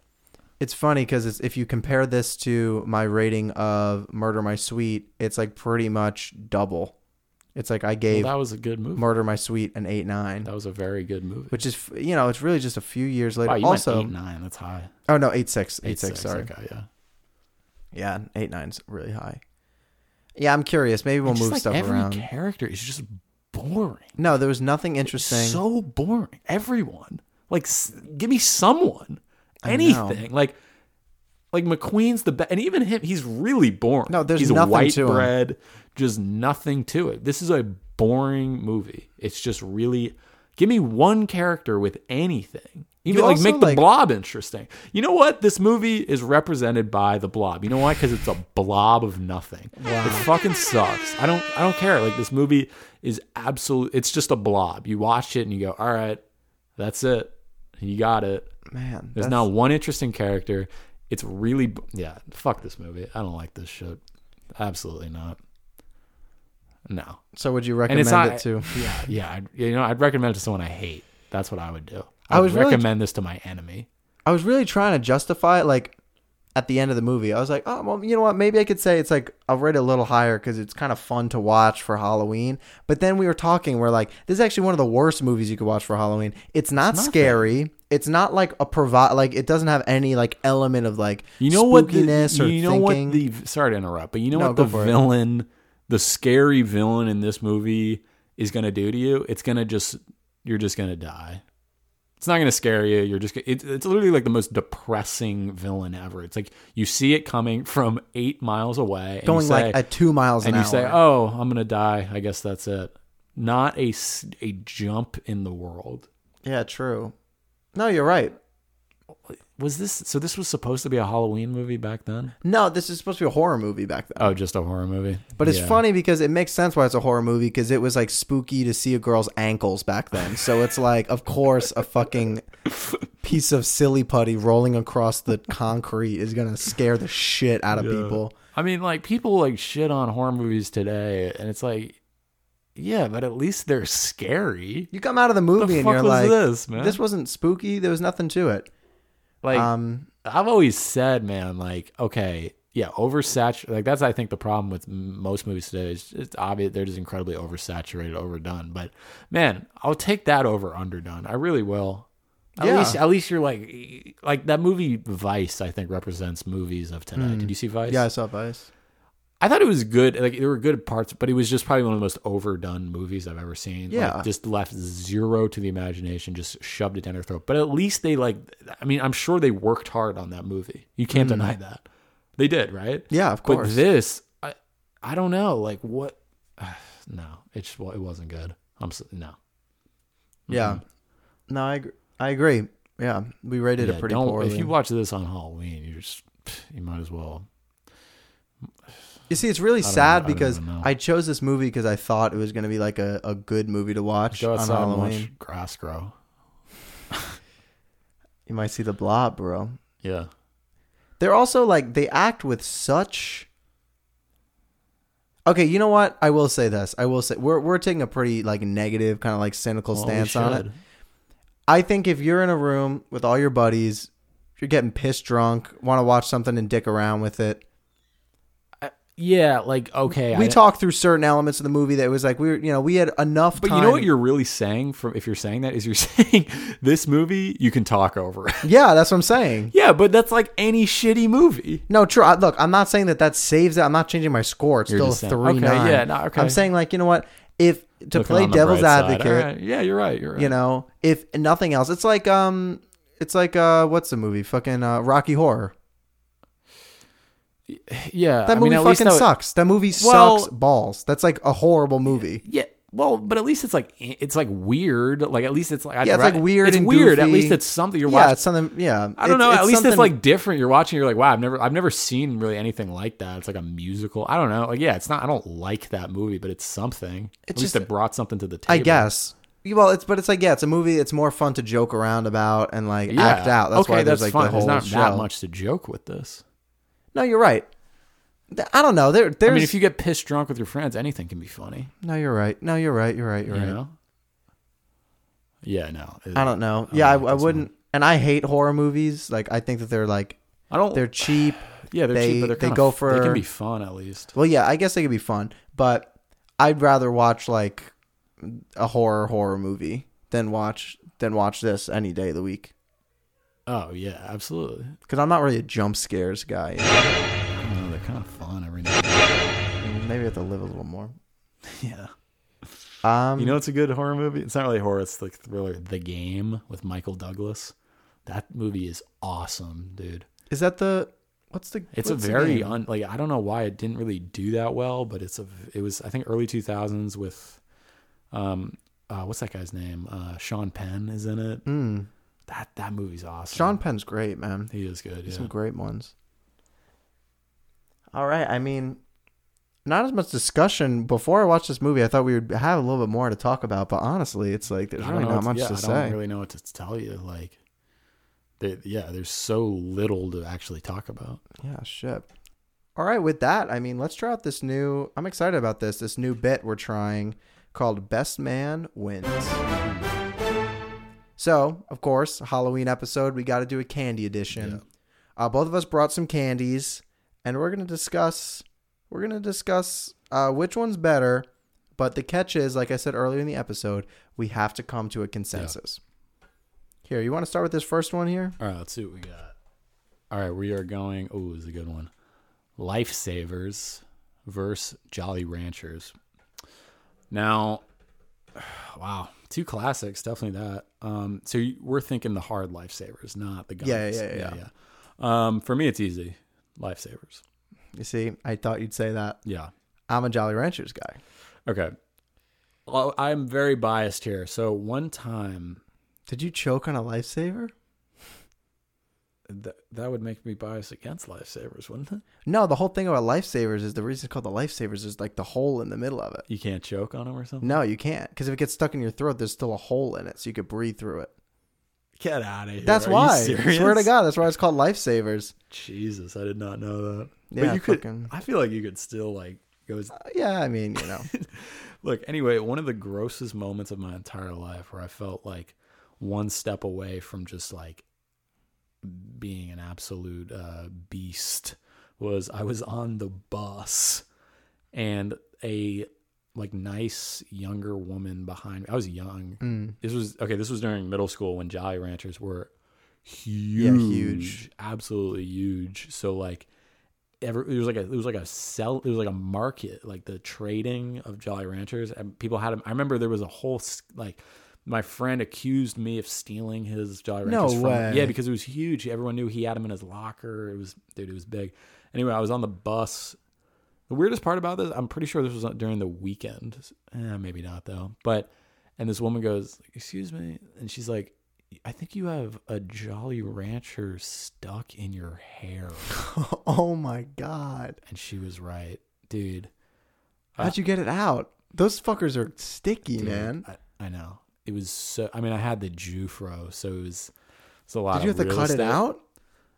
It's funny because if you compare this to my rating of Murder My Sweet, it's like pretty much double. It's like I Well, gave that was a good movie. Murder My Sweet an 8 9, That was a very good movie. which is, f- you know, it's really just a few years later. wow, you also, went eight nine. That's high. oh no, 8 6. 8, Eight 6, sorry. Okay, yeah. Yeah, 8 9's really high. Yeah, I'm curious. Maybe we'll It's move just like stuff every around. character is just boring. no, there was nothing interesting. So boring. Everyone. Like, s- give me someone. Anything. Like, like McQueen's the best, and even him, he's really boring. No, there's he's nothing white to him. bread, just nothing to it. This is a boring movie. It's just really give me one character with anything. Even like also, make the like- blob interesting. You know what? This movie is represented by the blob. You know why? Because it's a blob of nothing. It fucking sucks. I don't. I don't care. Like this movie is absolute. It's just a blob. You watch it and you go, all right, that's it. You got it. Man, There's that's- not one interesting character. It's really b- yeah. Fuck this movie. I don't like this shit. Absolutely not. No. So would you And recommend it's not. it to? *laughs* Yeah, yeah. I'd, you know, I'd recommend it to someone I hate. That's what I would do. I I was would really- recommend this to my enemy. I was really trying to justify it, like at the end of the movie. I was like, oh well, you know what? Maybe I could say it's like I'll rate it a little higher because it's kind of fun to watch for Halloween. But then we were talking, we're like, this is actually one of the worst movies you could watch for Halloween. It's not, scary. It's not like a provi- like it doesn't have any like element of like You know what? The, spookiness or you know thinking. what? The sorry to interrupt, but you know No, what? go The for it. villain, the scary villain in this movie, is gonna do to you. It's gonna just you're just gonna die. It's not gonna scare you. You're just it's it's literally like the most depressing villain ever. It's like you see it coming from eight miles away, and you going say, like at two miles an and you "Oh, hour. say, "Oh, I'm gonna die. I guess that's it." not a s- a jump in the world. Yeah, true. No, you're right. Was this so? This was supposed to be a Halloween movie back then. No, this is supposed to be a horror movie back then. Oh, just a horror movie. But it's Yeah. funny because it makes sense why it's a horror movie because it was like spooky to see a girl's ankles back then. So it's like, of course, a fucking piece of silly putty rolling across the concrete is gonna scare the shit out of people. I mean, like people like shit on horror movies today, and it's like, yeah, but at least they're scary. You come out of the movie and fuck you're was like, this, man? this wasn't spooky. There was nothing to it. Like Um, I've always said, man, like okay, yeah, oversaturated. Like that's I think the problem with m- most movies today is it's obvious they're just incredibly oversaturated, overdone. But man, I'll take that over underdone. I really will. At Yeah. least, at least you're like, like that movie Vice. I think represents movies of today. Did you see Vice? Hmm. yeah, I saw Vice. I thought it was good. Like there were good parts, but it was just probably one of the most overdone movies I've ever seen. Like, Yeah. just left zero to the imagination, just shoved it down her throat. But at least they like. I mean, I'm sure they worked hard on that movie. You can't deny that. They did, right? Mm-hmm. Yeah, of But course. this, I, I don't know. Like what? *sighs* no, it just wa- it wasn't good. I'm s- no. Mm-hmm. Yeah. No, I agree. I agree. Yeah, we rated Yeah, it pretty don't- poorly. If you watch this on Halloween, you just you might as well. You see, it's really sad I don't because even know. I chose this movie because I thought it was going to be like a, a good movie to watch Go on outside and Halloween. watch grass grow. You might see the blob, bro. Yeah. They're also like they act with such. Okay, you know what? I will say this. I will say we're we're taking a pretty like negative kind of like cynical Well, we stance on it. should. I think if you're in a room with all your buddies, you're getting pissed drunk, want to watch something and dick around with it. Yeah, like okay. We I- talked through certain elements of the movie that was like we were, you know, we had enough. But time. you know what you're really saying from if you're saying that is you're *laughs* saying this movie you can talk over. *laughs* Yeah, that's what I'm saying. yeah, but that's like any shitty movie. No, true. I, look, I'm not saying that that saves it. I'm not changing my score. It's You're still just saying- three okay, nine. yeah, no, okay. I'm saying like you know what if to Looking play on the devil's bright side. advocate, All right. Yeah, you're right. You're right. you know, if nothing else, it's like um, it's like uh, what's the movie? Fucking uh, Rocky Horror. yeah. That I mean, movie at least fucking that would- sucks. That movie Well- sucks balls. That's like a horrible movie. Yeah. Well, but at least it's like it's like weird. Like at least it's like I'd Yeah, it's ra- like weird It's and weird. At goofy. least it's something you're Yeah, watching. it's something. Yeah, I don't It's- know. At it's least it's something- like different. You're watching. You're like, wow, I've never, I've never seen really anything like that. It's like a musical. I don't know. Like, yeah, it's not. I don't like that movie, but it's something. At It's least just- it brought something to the table. I guess. Well, it's but it's like yeah, it's a movie. It's more fun to joke around about and like Yeah. act out. That's okay, why there's like that's fine. the whole There's not that show. much to joke with this. No, you're right. Th- I don't know. There, there's. I mean, if you get pissed drunk with your friends, anything can be funny. no, you're right. No, you're right. You're right. You're You right. know? Yeah, no. I don't know. yeah, I, like I this wouldn't. And I hate horror movies. Like I think that they're like I don't. they're cheap. *sighs* yeah, they're they- cheap, but they're they kinda go f- They for- can be fun at least. Well, yeah, I guess they could be fun, but I'd rather watch like a horror horror movie than watch than watch this any day of the week. Oh yeah, absolutely. Because I'm not really a jump scares guy. No, they're kind of fun every now. and *laughs* Maybe I have to live a little more. then. Yeah. Um, You know, it's a good horror movie. It's not really horror. It's like thriller. The Game with Michael Douglas. That movie is awesome, dude. is that the what's the? It's a what's the very game? un, like I don't know why it didn't really do that well, but it's a it was I think early two thousands with, um, uh, what's that guy's name? Uh, Sean Penn is in it. That that movie's awesome. Hmm. Sean Penn's great, man. he is good. Yeah. Some great ones. All right. I mean, not as much discussion. Before I watched this movie, I thought we would have a little bit more to talk about, but honestly, it's like there's I don't really know. not what much yeah, to I say. don't really know what to tell you. Like, there- yeah, there's so little to actually talk about. Yeah, shit. All right, with that, I mean, let's try out this new. I'm excited about this. This new bit we're trying called Best Man Wins. So, of course, Halloween episode, we got to do a candy edition. Uh, both of us brought some candies, and we're gonna discuss. We're gonna discuss uh, which one's better. But the catch is, like I said earlier in the episode, we have to come to a consensus. Here, you want to start with this first one here? All right, let's see what we got. All right, we are going. Oh, this is a good one. Lifesavers versus Jolly Ranchers. Now, *sighs* wow, two classics, definitely that. Um, so you, we're thinking the hard lifesavers, not the guns. Yeah, yeah, yeah, yeah. yeah. Um, for me, it's easy. Lifesavers. You see, I thought you'd say that. Yeah. I'm a Jolly Ranchers guy. Okay. oh, I'm very biased here. So one time, Did you choke on a lifesaver? th- that would make me biased against lifesavers, wouldn't it? No, the whole thing about lifesavers is the reason it's called the lifesavers is like the hole in the middle of it. You can't choke on them or something. No, you can't because if it gets stuck in your throat, there's still a hole in it, so you could breathe through it. Get out of here. That's Are you why. serious? Swear to God, that's why it's called lifesavers. Jesus, I did not know that. Yeah, but you could. fucking- I feel like you could still like go. Uh, Yeah, I mean, *laughs* you know, *laughs* Look, anyway, one of the grossest moments of my entire life where I felt like one step away from just like being an absolute uh, beast was I was on the bus and a like nice younger woman behind me. I was young. This was okay. This was during middle school when Jolly Ranchers were huge, huge. absolutely huge. So like every it was like a it was like a sell it was like a market like the trading of Jolly Ranchers and people had them. I remember there was a whole s- like my friend accused me of stealing his Jolly No Ranchers. from- way. yeah, because it was huge. Everyone knew he had them in his locker. It was dude, it was big. Anyway, I was on the bus. The weirdest part about this, I'm pretty sure this was during the weekend. Eh, maybe not though. But and this woman goes, "Excuse me," and she's like. I think you have a Jolly Rancher stuck in your hair. oh my God, And she was right, dude. how'd you get it out? Those fuckers are sticky, man. I, I know it was so. I mean, I had the Jufro, so it was. It's a lot. Did you of have to real cut it estate. out?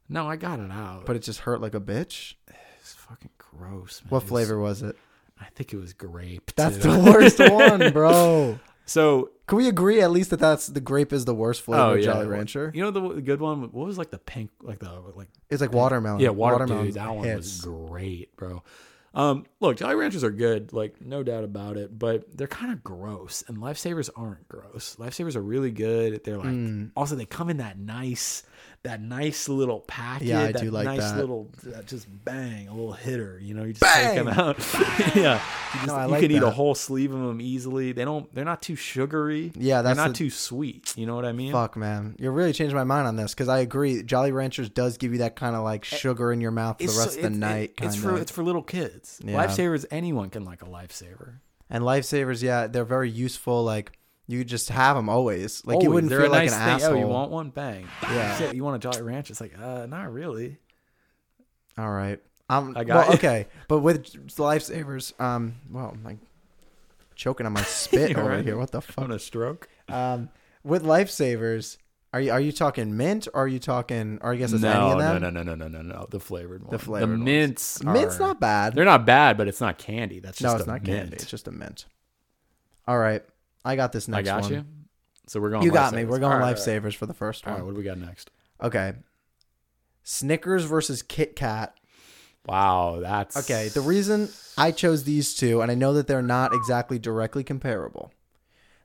No, I got it out. But it just hurt like a bitch. it's fucking gross. Man. What It was- flavor was it? I think it was grape. That's too. *laughs* the worst one, bro. so. Can we agree at least that that's the grape is the worst flavor Oh of yeah, Jolly Rancher? You know the, the good one. What was like the pink, like the like It's like watermelon. Yeah, water, dude, Watermelon's that one was hits. great, bro. Um, look, Jolly Ranchers are good, like no doubt about it, but they're kind of gross, and Lifesavers aren't gross. Lifesavers are really good. They're like Hmm. also they come in that nice, that nice little packet. Yeah, I that do like nice that. little uh, just bang, a little hitter. You know, you just take them out. *laughs* yeah, you, just, No, I you like can eat a that. whole sleeve of them easily. They don't. They're not too sugary. Yeah, that's they're not the- too sweet. You know what I mean? Fuck, man. You really changed my mind on this because I agree. Jolly Ranchers does give you that kind of like sugar in your mouth for the Eh, It's so- rest of the it- it- night. it's kinda. for it's for little kids. Yeah. Lifesavers, anyone can like a lifesaver. and lifesavers, yeah, they're very useful. Like you just have them always. Like you Always. wouldn't They're a feel like nice an thing. asshole. Oh, you want one? Bang. Yeah. Shit, you want a Jolly Rancher? It's like, uh, not really. All right. Um, I got well, you. okay, but with lifesavers, um, well, I'm like choking *laughs* on my spit You're over right. here. What the fuck? On a stroke? Um, with lifesavers, are you are you talking mint? Or are you talking? Or I guess it's any No, of no, them. no, no, no, no, no, no. The flavored one. The flavored ones. mints. Are, Mint's not bad. They're not bad, but it's not candy. That's just no, it's a not mint. candy. It's just a mint. All right, I got this next I got one. you. So we're going. You got me. lifesavers. We're going All right, lifesavers for the first All one. right, what do we got next? Okay. Snickers versus Kit Kat. Wow, that's Okay, the reason I chose these two, and I know that they're not exactly directly comparable.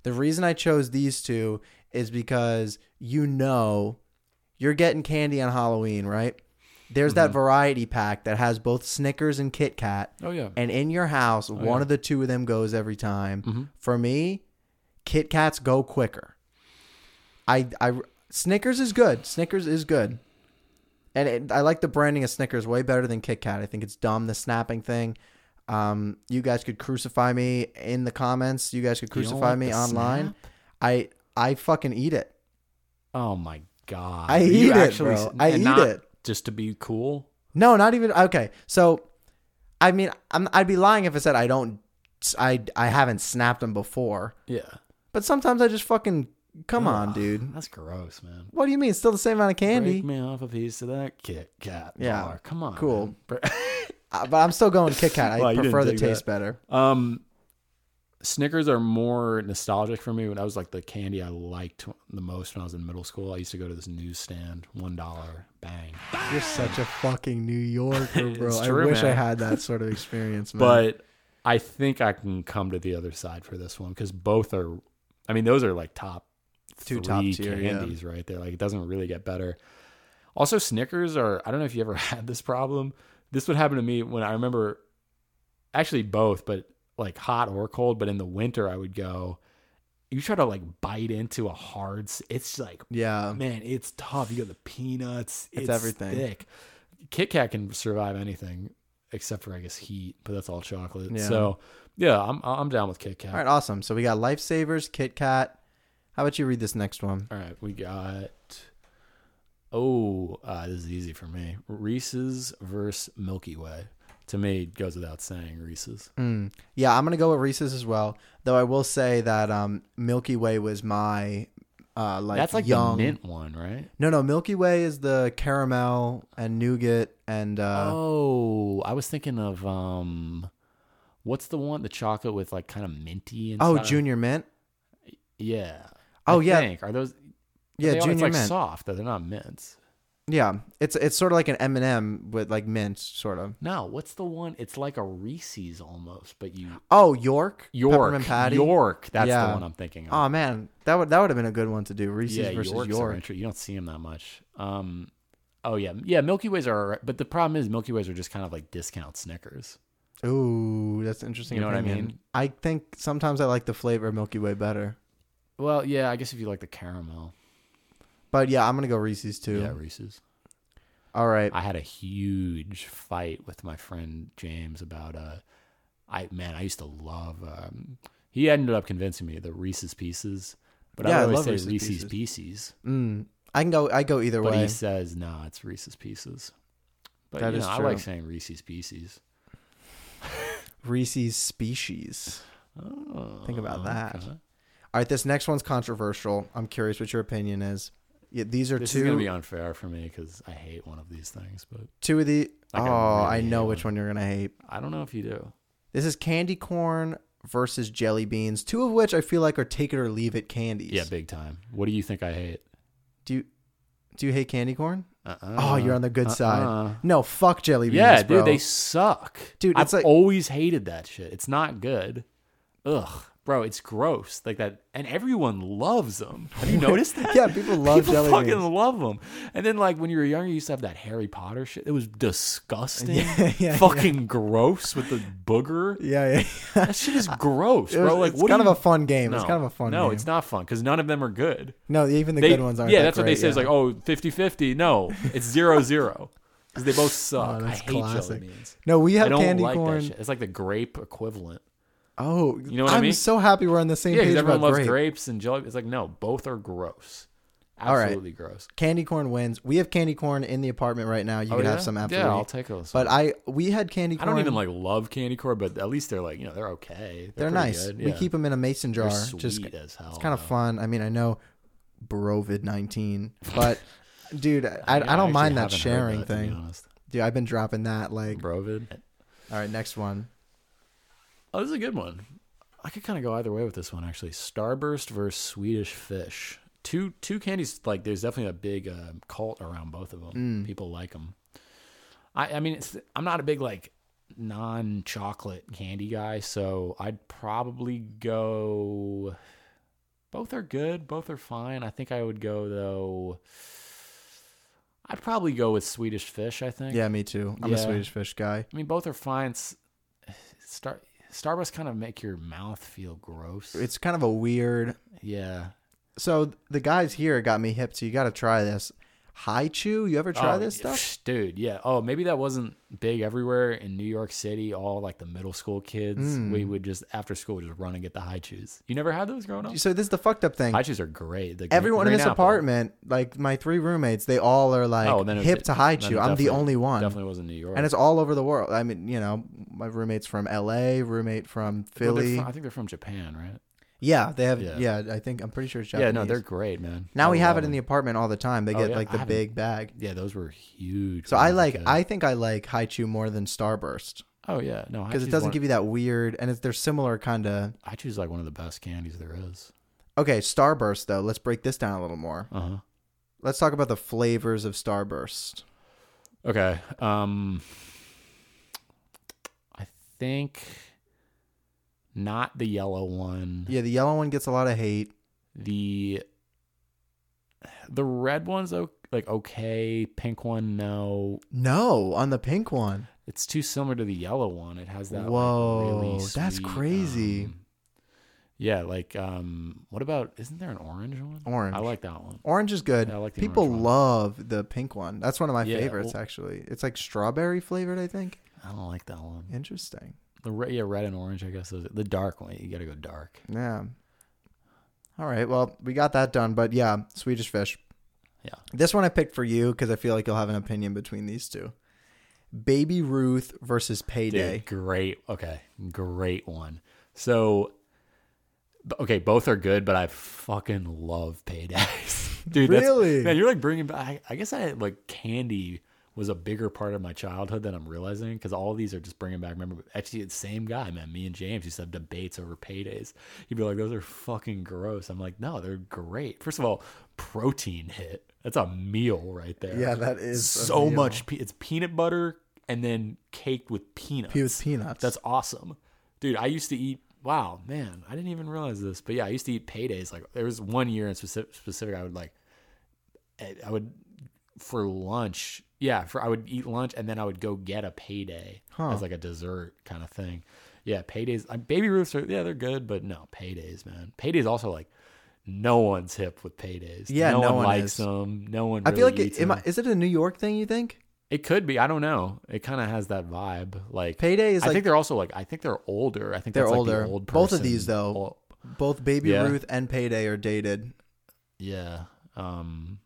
The reason I chose these two is because you know you're getting candy on Halloween, right? There's that variety pack that has both Snickers and Kit Kat. Mm-hmm. Oh, yeah. Oh, And in your house, one of the two of them goes every time. Mm-hmm. For me, Kit Kats go quicker. I, I Snickers is good. Snickers is good. And it, I like the branding of Snickers way better than Kit Kat. I think it's dumb, the snapping thing. Um, you guys could crucify me in the comments. You guys could don't crucify like me the online. snap? I I fucking eat it. Oh my god, I Are eat you it, actually, bro. I and eat not it. just to be cool. No, not even okay. So, I mean, I'm, I'd be lying if I said I don't. I I haven't snapped them before, Yeah, but sometimes I just fucking come on, dude. that's gross, man. What do you mean? It's still the same amount of Break candy, me off a piece of that Kit Kat. Yeah. bar. come on. Cool. man. Br- *laughs* Uh, but I'm still going Kit *laughs* Kat. I Wow, you didn't prefer the dig that. taste better. Um, Snickers are more nostalgic for me. When I was like the candy I liked the most when I was in middle school, I used to go to this newsstand, one dollar, bang. You're such a fucking New Yorker, *laughs* bro. I true, wish I man. had that sort *laughs* of experience, man. But I think I can come to the other side for this one because both are. I mean, those are like top Two three top tier, yeah. candies right there. Like it doesn't really get better. Also, Snickers are. I don't know if you ever *laughs* had this problem. This would happen to me when I remember, actually both, but like hot or cold. But in the winter, I would go. You try to like bite into a hard. s- It's like yeah, man, it's tough. You got the peanuts. It's, everything. Thick. Kit Kat can survive anything. except for I guess Heat, but that's all chocolate. Yeah. So yeah, I'm I'm down with Kit Kat. All right, awesome. So we got Lifesavers, Kit Kat. How about you read this next one? All right, we got. Oh, uh, this is easy for me. Reese's versus Milky Way. To me, it goes without saying. Reese's. Yeah, I'm gonna go with Reese's as well. Though I will say that um, Milky Way was my uh, like That's like young. the mint one, right? No, no, Milky Way is the caramel and nougat and uh, Oh, I was thinking of um, what's the one? The chocolate with like kind of minty and oh, Junior Mint. Yeah. Oh, I yeah. Think. Are those? Yeah, they are- Junior it's like Mint. soft though. They're not mints. Yeah, it's it's sort of like an M and m with like mint, sort of. No, what's the one? It's like a Reese's almost, but you Oh, York, York peppermint patty. York. That's Yeah. the one I'm thinking of. Oh man, that would that would have been a good one to do. Reese's yeah, versus Yorks are York. intro- You don't see them that much. Um, oh yeah, yeah. Milky Ways are, alright, but the problem is Milky Ways are just kind of like discount Snickers. Ooh, that's an interesting. You know what I opinion. mean? I think sometimes I like the flavor of Milky Way better. Well, yeah, I guess if you like the caramel, But yeah, I'm gonna go Reese's too. yeah, Reese's. All right. I had a huge fight with my friend James about uh, I man, I used to love. Um, he ended up convincing me the Reese's Pieces, but Yeah, I I always love say Reese's Reese's, Pieces. Pieces. Mm, I can go. I go either But way. he says no, it's Reese's Pieces. But That you is know, true. I like saying Reese's Pieces. Reese's species. Oh, Think about that. okay. All right, this next one's controversial. I'm curious what your opinion is. Yeah, these are This two. is gonna be unfair for me because I hate one of these things, but two of the. I oh, can I really know hate which one you're gonna hate. I don't know if you do. This is candy corn versus jelly beans. Two of which I feel like are take it or leave it candies. Yeah, big time. What do you think I hate? Do you do you hate candy corn? Uh-uh. Oh, you're on the good Uh-uh. side. No, fuck jelly beans. Yeah, bro. dude, *laughs* they suck. Dude, I've it's like- always hated that shit. It's not good. Ugh, bro, it's gross. Like that, and everyone loves them. Have *laughs* you noticed that? Yeah, people love people jelly fucking beans. love them. And then, like when you were younger, you used to have that Harry Potter shit. It was *laughs* disgusting. Yeah, yeah, fucking gross with the booger. Yeah, yeah. That shit is *laughs* gross, It was- *laughs* bro. Like, it's what do kind of you- a fun game. It's No. kind of a fun No, game. it's not fun because none of them are good. No, even the They- good ones aren't. Yeah, that that's what they great, say. It's yeah. like, oh, 50 50. No, *laughs* it's 0 0. Because they both suck. Oh, I that's hate classic. jelly beans. No, we have I don't candy like corn. that shit. It's like the grape equivalent. Oh, you know what I I'm mean? so happy we're on the same Yeah, page because about everyone loves grape. grapes and jelly. It's like, no, both are gross. right. Absolutely gross. Candy corn wins. We have candy corn in the apartment right now. You Oh, can yeah? have some after. Yeah, we- I'll take those. But I, we had candy I corn. don't even like love candy corn, but at least they're like, you know, they're okay. They're pretty nice. good. We Yeah. keep them in a mason jar. They're sweet Just as hell. it's kind of though. fun. I mean, I know, Brovid nineteen, *laughs* but dude, I, Yeah, I don't actually mind that haven't heard sharing that, to be thing. honest. Dude, I've been dropping that. Like, Brovid. all right, next one. Oh, this is a good one. I could kind of go either way with this one, actually. Starburst versus Swedish Fish. Two two candies. Like, there's definitely a big uh, cult around both of them. People like them. I I mean, it's, I'm not a big like non chocolate candy guy, so I'd probably go. Both are good. Both are fine. I think I would go though. I'd probably go with Swedish Fish. I think. Yeah, me too. I'm a Yeah. Swedish fish guy. I mean, both are fine. S- Star Starbucks kind of make your mouth feel gross. It's kind of a weird. yeah. So the guys here got me hip to. You got to try this. Hi Chew, you ever try Oh, this stuff? psh, dude. Yeah. Oh, maybe that wasn't big everywhere in New York City. All like the middle school kids, Hmm. we would just after school just run and get the high chews. You never had those growing up. So this is the fucked up thing. High chews are great. The gre- Everyone in green this apple. Oh, apartment, like my three roommates, they all are like then it was- hip to high then chew. it I'm the definitely- only one. Definitely wasn't New York. And it's all over the world. I mean, you know, my roommates from LA, roommate from Well, they're Philly. from- I think they're from Japan, right? yeah, they have Yeah. yeah. I think I'm pretty sure it's Japanese. Yeah. No, they're great, man. now I we have love it in the them. apartment all the time. They Oh, get yeah? like I the haven't- Oh big bag. Yeah, those were huge. So when I was a like kid. I think I like high chew more than Starburst. Oh yeah. No, Because it doesn't give you that weird and it's they're similar kinda I choose like one of the best candies there is. Okay, Starburst though, let's break this down a little more. Uh huh. Let's talk about the flavors of Starburst. Okay. Um I think not the yellow one. Yeah, the yellow one gets a lot of hate. The the red one's o- like okay, pink one no. No, on the pink one. It's too similar to the yellow one. It has that like, Whoa, really that's sweet, crazy. um, yeah, like um what about isn't there an orange one? Orange. I like that one. Orange is good. Yeah, I like the People orange one. love the pink one. That's one of my Yeah, favorites well- actually. It's like strawberry flavored, I think. I don't like that one. Interesting. The re- yeah, red and orange, I guess. Those, the dark one, you gotta go dark. Yeah. All right. Well, we got that done, but yeah, Swedish Fish. Yeah. This one I picked for you because I feel like you'll have an opinion between these two. Baby Ruth versus Payday. Dude, great. Okay, great one. So, b- okay, both are good, but I fucking love paydays, *laughs* dude. that's- Really? man, you're like bringing back. I, I guess I had, like candy was a bigger part of my childhood than I'm realizing because all of these are just bringing back. Remember, actually, it's the same guy, man. Me and James used to have debates over paydays. He'd be like, "Those are fucking gross." I'm like, "No, they're great." First of all, protein hit. That's a meal right there. Yeah, that is a so meal. much. Pe- it's peanut butter and then caked with peanuts. Pe- with peanuts. That's awesome. Dude, I used to eat wow, man, I didn't even realize this. But yeah, I used to eat paydays. Like there was one year in specific, specific I would like I I would for lunch. Yeah, for I would eat lunch and then I would go get a payday as like a dessert kind of thing. Yeah, paydays. I, baby Ruths are yeah, they're good, but no, paydays, man. Paydays also like no one's hip with paydays. Yeah, no, no one, one likes is. them. No one. I Really feel like eats it, am them. I, is it a New York thing? You think? It could be. I don't know. It kind of has that vibe. Like Payday is I like- think they're also like. I think they're older. I think They're that's older. Like the old Both of person. these though, Ol- both Baby Yeah. Ruth and Payday are dated. yeah. Um,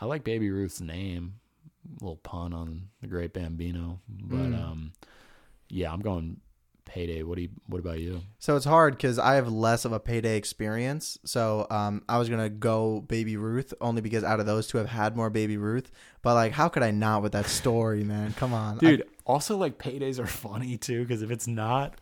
I like Baby Ruth's name. little pun on the Great Bambino, but Hmm. um, yeah, I'm going payday. What do you? What about you? So it's hard because I have less of a Payday experience. So um, I was gonna go Baby Ruth only because out of those two, I've had more Baby Ruth. But like, how could I not with that story, man? Come on, I- dude also like paydays are *laughs* funny too because if it's not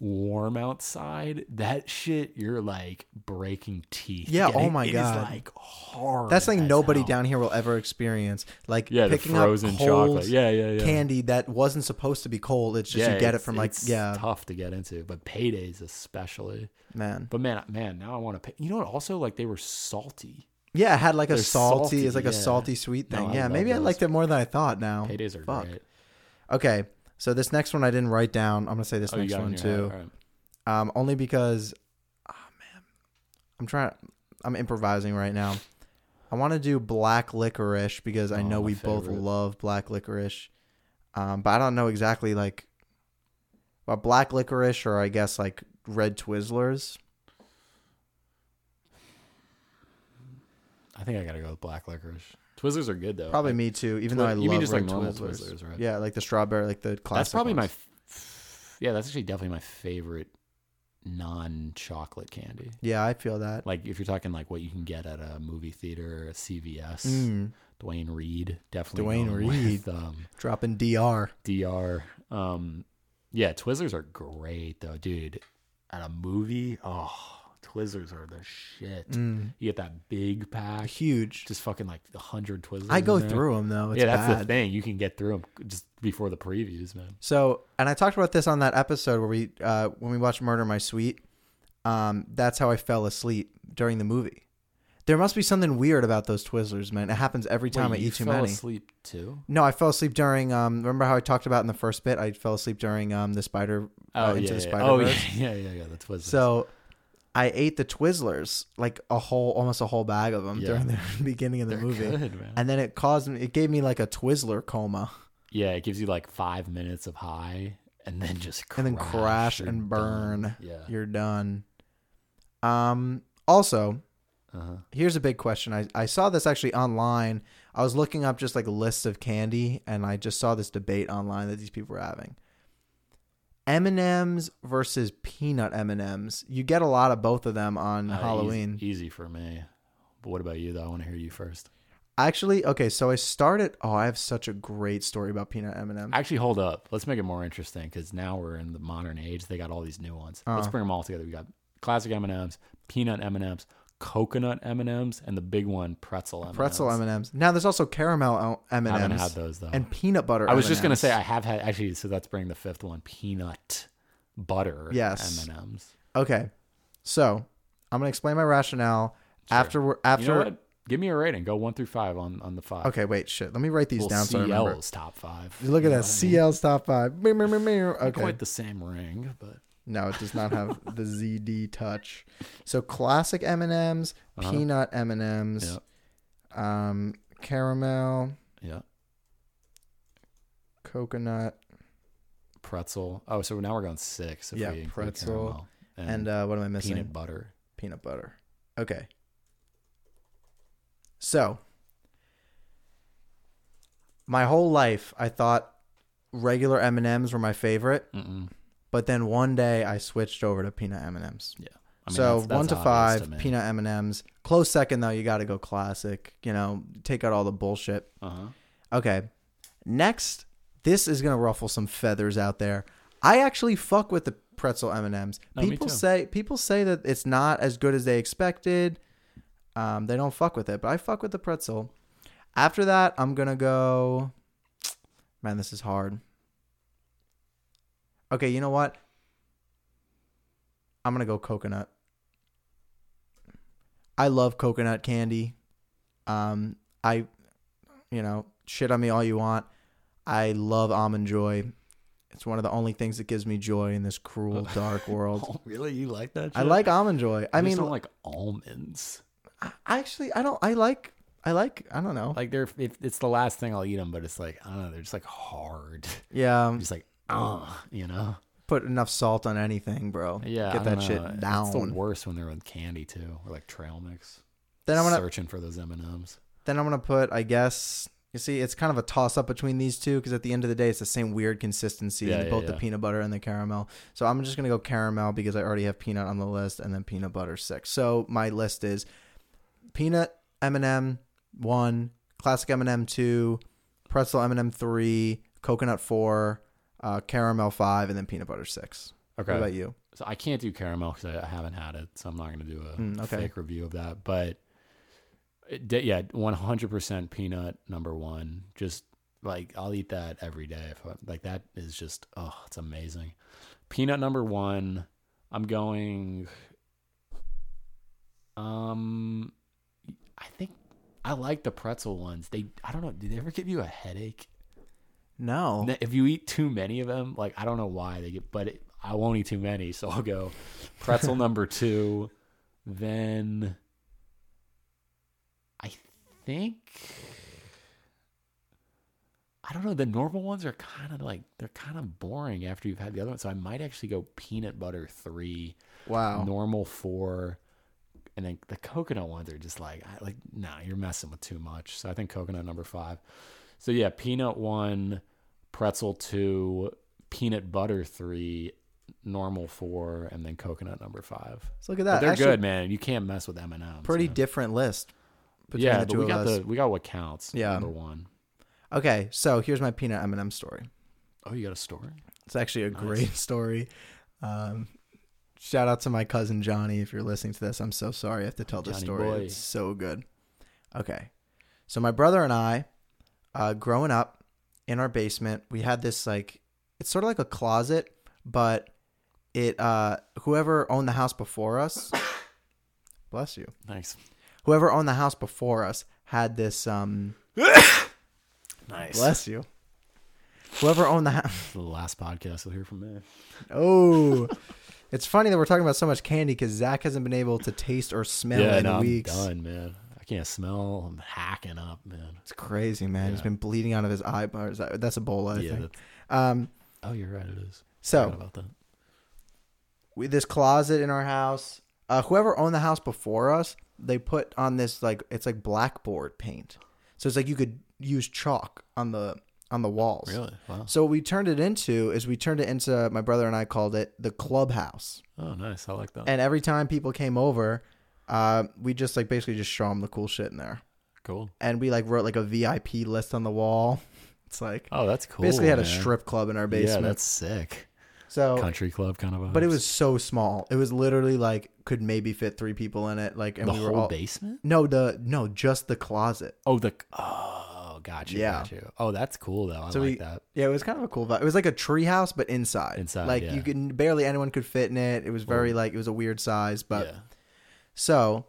warm outside that shit you're like breaking teeth Yeah, getting- oh my it is, God. like hard That's something as nobody hell. down here will ever experience. Like Yeah, the picking up frozen cold chocolate. Yeah, yeah, yeah. candy that wasn't supposed to be cold. It's just you get it it's- from like it's yeah, tough to get into but paydays especially man. but man man now i want to pay you know what also like they were salty Yeah, it had like a They're salty, salty, it's like yeah. a salty sweet No, thing. I yeah, love maybe I those. liked it more than I thought now. paydays are Fuck. great Okay. So this next one I didn't write down. I'm gonna say this Oh, you next got it in one your head. too. All right. Um, only because oh man. I'm trying I'm improvising right now. I wanna do black licorice because I Oh, know my we both favorite. love black licorice. Um, but I don't know exactly like well, black licorice or I guess like red Twizzlers. i think i gotta go with black licorice twizzlers are good though Probably Uh, I- me too, even Twi- though I you love mean just, red like, normal Twizzlers. Twizzlers, right? Yeah, like the strawberry like the classic that's probably my ones. f- yeah that's actually definitely my favorite non-chocolate candy Yeah, I feel that. like if you're talking like what you can get at a movie theater or a cvs Mm, dwayne reed definitely Dwayne going with, Reed. um, dropping DR. dr um yeah twizzlers are great though dude at a movie oh twizzlers are the shit you get that big pack Mm. Huge. just fucking like 100 twizzlers I in go there. through them though. It's yeah that's bad. the thing you can get through them just before the previews man So, and I talked about this on that episode where we uh, when we watched Murder My Sweet. Um, that's how I fell asleep during the movie. There must be something weird about those Twizzlers, man. It happens every time Wait, I you eat too fell many. asleep too No, I fell asleep during. Um, remember how I talked about in the first bit? I fell asleep during um, the spider uh, into the spider oh yeah, verse. yeah, yeah, yeah. That's what. So I ate the Twizzlers, like a whole, almost a whole bag of them Yeah. during the *laughs* beginning of the movie, good, man. and then it caused me. It gave me like a Twizzler coma. yeah, it gives you like five minutes of high, and then just crash and then crash You're and done. burn. Yeah, You're done. Um also, Uh-huh. here's a big question. I, I saw this actually online. I was looking up just like lists of candy and I just saw this debate online that these people were having. M&Ms versus peanut M&Ms. You get a lot of both of them on Uh, easy- Halloween. easy, for me. But what about you though? I want to hear you first. Actually, okay, so I started Oh, I have such a great story about peanut M&M. Actually, hold up. Let's make it more interesting because now we're in the modern age. They got all these new ones. Uh. Let's bring them all together. We got classic M and M's, peanut M and M's, coconut M and M's, and the big one pretzel M&Ms. Pretzel M&Ms. Now there's also caramel M&Ms. I haven't had those though. And peanut butter I was just gonna M&Ms. say I have had actually. So that's bring the fifth one: peanut butter. Yes. M and M's. Okay, so I'm gonna explain my rationale after we're after. You know what? Give me a rating. Go one through five on on the five. Okay, wait, shit. Let me write these Well, down so I remember. CL's top five. Look at You know that what I mean? CL's top five. Meow, meow, meow, *laughs* meow. Okay, Quite the same ring, but no, it does not have *laughs* the ZD touch. So classic M and M's, Uh-huh. peanut M and M's, um, caramel, yeah. coconut. pretzel. Oh, so now we're going six. If Yeah, we include pretzel caramel and, And uh, what am I missing? peanut butter. peanut butter. Okay. So, my whole life I thought regular M&Ms were my favorite, but then one day I switched over to peanut M&Ms. Yeah. I mean, so that's- that's one to obvious five me. peanut M and M's. Close second though, you got to go classic. You know, take out all the bullshit. Uh-huh. Okay, next, this is gonna ruffle some feathers out there. I actually fuck with the pretzel M and M's. No, Oh, me People too. say people say that it's not as good as they expected. Um, they don't fuck with it, but I fuck with the pretzel. After that, I'm gonna go. Man, this is hard. Okay, you know what? I'm gonna go coconut. I love coconut candy. Um, I, you know, shit on me all you want. I love almond joy. It's one of the only things that gives me joy in this *laughs* cruel, dark world. *laughs* Oh, really? You like that? Shit? I like almond joy. I You just mean, don't like almonds. actually, I don't. I like. I like. I don't know. Like they're if it's the last thing I'll eat them, but it's like I don't know. They're just like hard. *laughs* yeah, um, Just like ah, you know. put enough salt on anything, bro. Yeah, I get that don't know. shit down. It's the worst when they're with candy too, or like trail mix. then I'm gonna. searching for those M and M's. Then I'm gonna put. I guess you see, it's kind of a toss up between these two because at the end of the day, it's the same weird consistency Yeah, in yeah, both the yeah. peanut butter and the caramel. So I'm just gonna go caramel because I already have peanut on the list, and then peanut butter six. So my list is peanut M and m one, classic M and m two, pretzel M and m three, coconut four, uh, caramel five, and then peanut butter six. Okay. What about you? So I can't do caramel because I haven't had it, so I'm not going to do a Mm, okay. fake review of that. But it, d- yeah, 100% peanut number one. Just like I'll eat that every day. If I, like that is just oh, it's amazing. Peanut number one. I'm going. Um, I think I like the pretzel ones. They I don't know. Do they ever give you a headache? No. Ne- if you eat too many of them, like I don't know why they get, but it, I won't eat too many, so I'll go pretzel number two. Then I think I don't know. The normal ones are kind of like they're kind of boring after you've had the other one, so I might actually go peanut butter three, Wow. normal four. And then the coconut ones are just like, I, like, nah, you're messing with too much. So I think coconut number five. So yeah, peanut one, pretzel two, peanut butter three, normal four, and then coconut number five. So look at But that. they're Actually, good, man. You can't mess with M and M's. Pretty different list. between Yeah, the but two we of got us. the we got what counts. Yeah. number one. Okay, so here's my peanut M&M story. Oh, you got a story? It's actually a great *laughs* story. Um, shout out to my cousin Johnny if you're listening to this. I'm so sorry I have to tell this Johnny story. boy. It's so good. Okay, so my brother and I, uh, growing up in our basement, we had this like it's sort of like a closet, but it uh, whoever owned the house before us, *coughs* bless you, Nice, whoever owned the house before us had this um, *coughs* nice. bless you. Whoever owned the house. This is the last podcast you'll hear from me. *laughs* Oh, it's funny that we're talking about so much candy because Zach hasn't been able to taste or smell yeah, in no, weeks. I'm done, man. I can't smell. I'm hacking up, man. It's crazy, man. He's Yeah. been bleeding out of his eye. Or is that- that's Ebola, I yeah. think. that's- Um, oh, you're right. It is. Forgot so about that. we, this closet in our house, uh, whoever owned the house before us, they put on this like it's like blackboard paint. So it's like you could use chalk on the on the walls. Really? Wow. So what we turned it into is we turned it into my brother and I called it the clubhouse. Oh, nice. I like that. And every time people came over, uh, we just like basically just show them the cool shit in there. cool. And we like wrote like a VIP list on the wall. *laughs* It's like Oh, that's cool. basically had a man. strip club in our Yeah, basement. that's sick. so, Country club kind of. Vibes. but it was so small. It was literally like could maybe fit three people in it. Like, and the we were whole all basement. no, the no, just the closet. Oh, the oh, gotcha. Yeah. Gotcha. Oh, that's cool though. I So like we, that. yeah, it was kind of a cool vibe. It was like a tree house, but inside. Inside, like yeah. you could barely anyone could fit in it. It was very like it was a weird size, but yeah. So,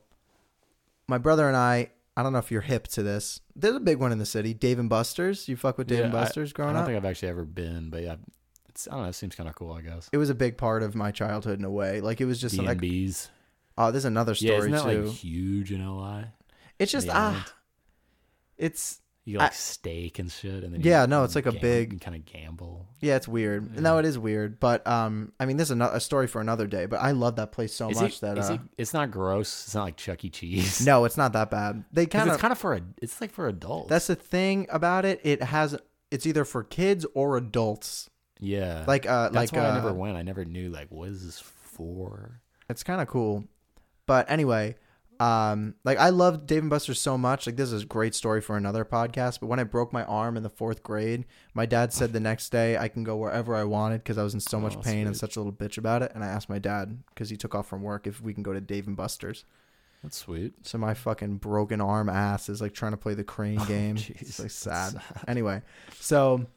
my brother and I, I don't know if you're hip to this. There's a big one in the city, Dave and Buster's. You fuck with Dave and Yeah, I- Buster's growing I don't up? think I've actually ever been, but yeah, it's I don't know. It seems kind of cool, I guess. it was a big part of my childhood in a way. Like it was just D and like B's. oh, there's another Yeah, story isn't that too. like huge in LI? it's just the ah, island? it's You like steak and shit, and then Yeah, no, it's like a big- kind of gamble. Yeah, it's weird. No, it is weird. But um, I mean, this is ano- a story for another day. But I love that place so Is much it, that is uh, it- It's not gross. It's not like Chuck E. Cheese. no, it's not that bad. They 'Cause kind of it's kind of for a. It's like for adults. that's the thing about it. It has it's either for kids or adults. yeah. Like uh, like that's why uh, I never went. I never knew like what is this for. it's kind of cool. But anyway, um, like I love Dave and Buster's so much. Like this is a great story for another podcast. But when I broke my arm in the fourth grade, my dad said the next day I can go wherever I wanted because I was in Oh, so much pain and such a little bitch about it. And I asked my dad because he took off from work if we can go to Dave and Buster's. That's sweet. So my fucking broken arm ass is like trying to play the Oh, crane game. it's like sad. Anyway, so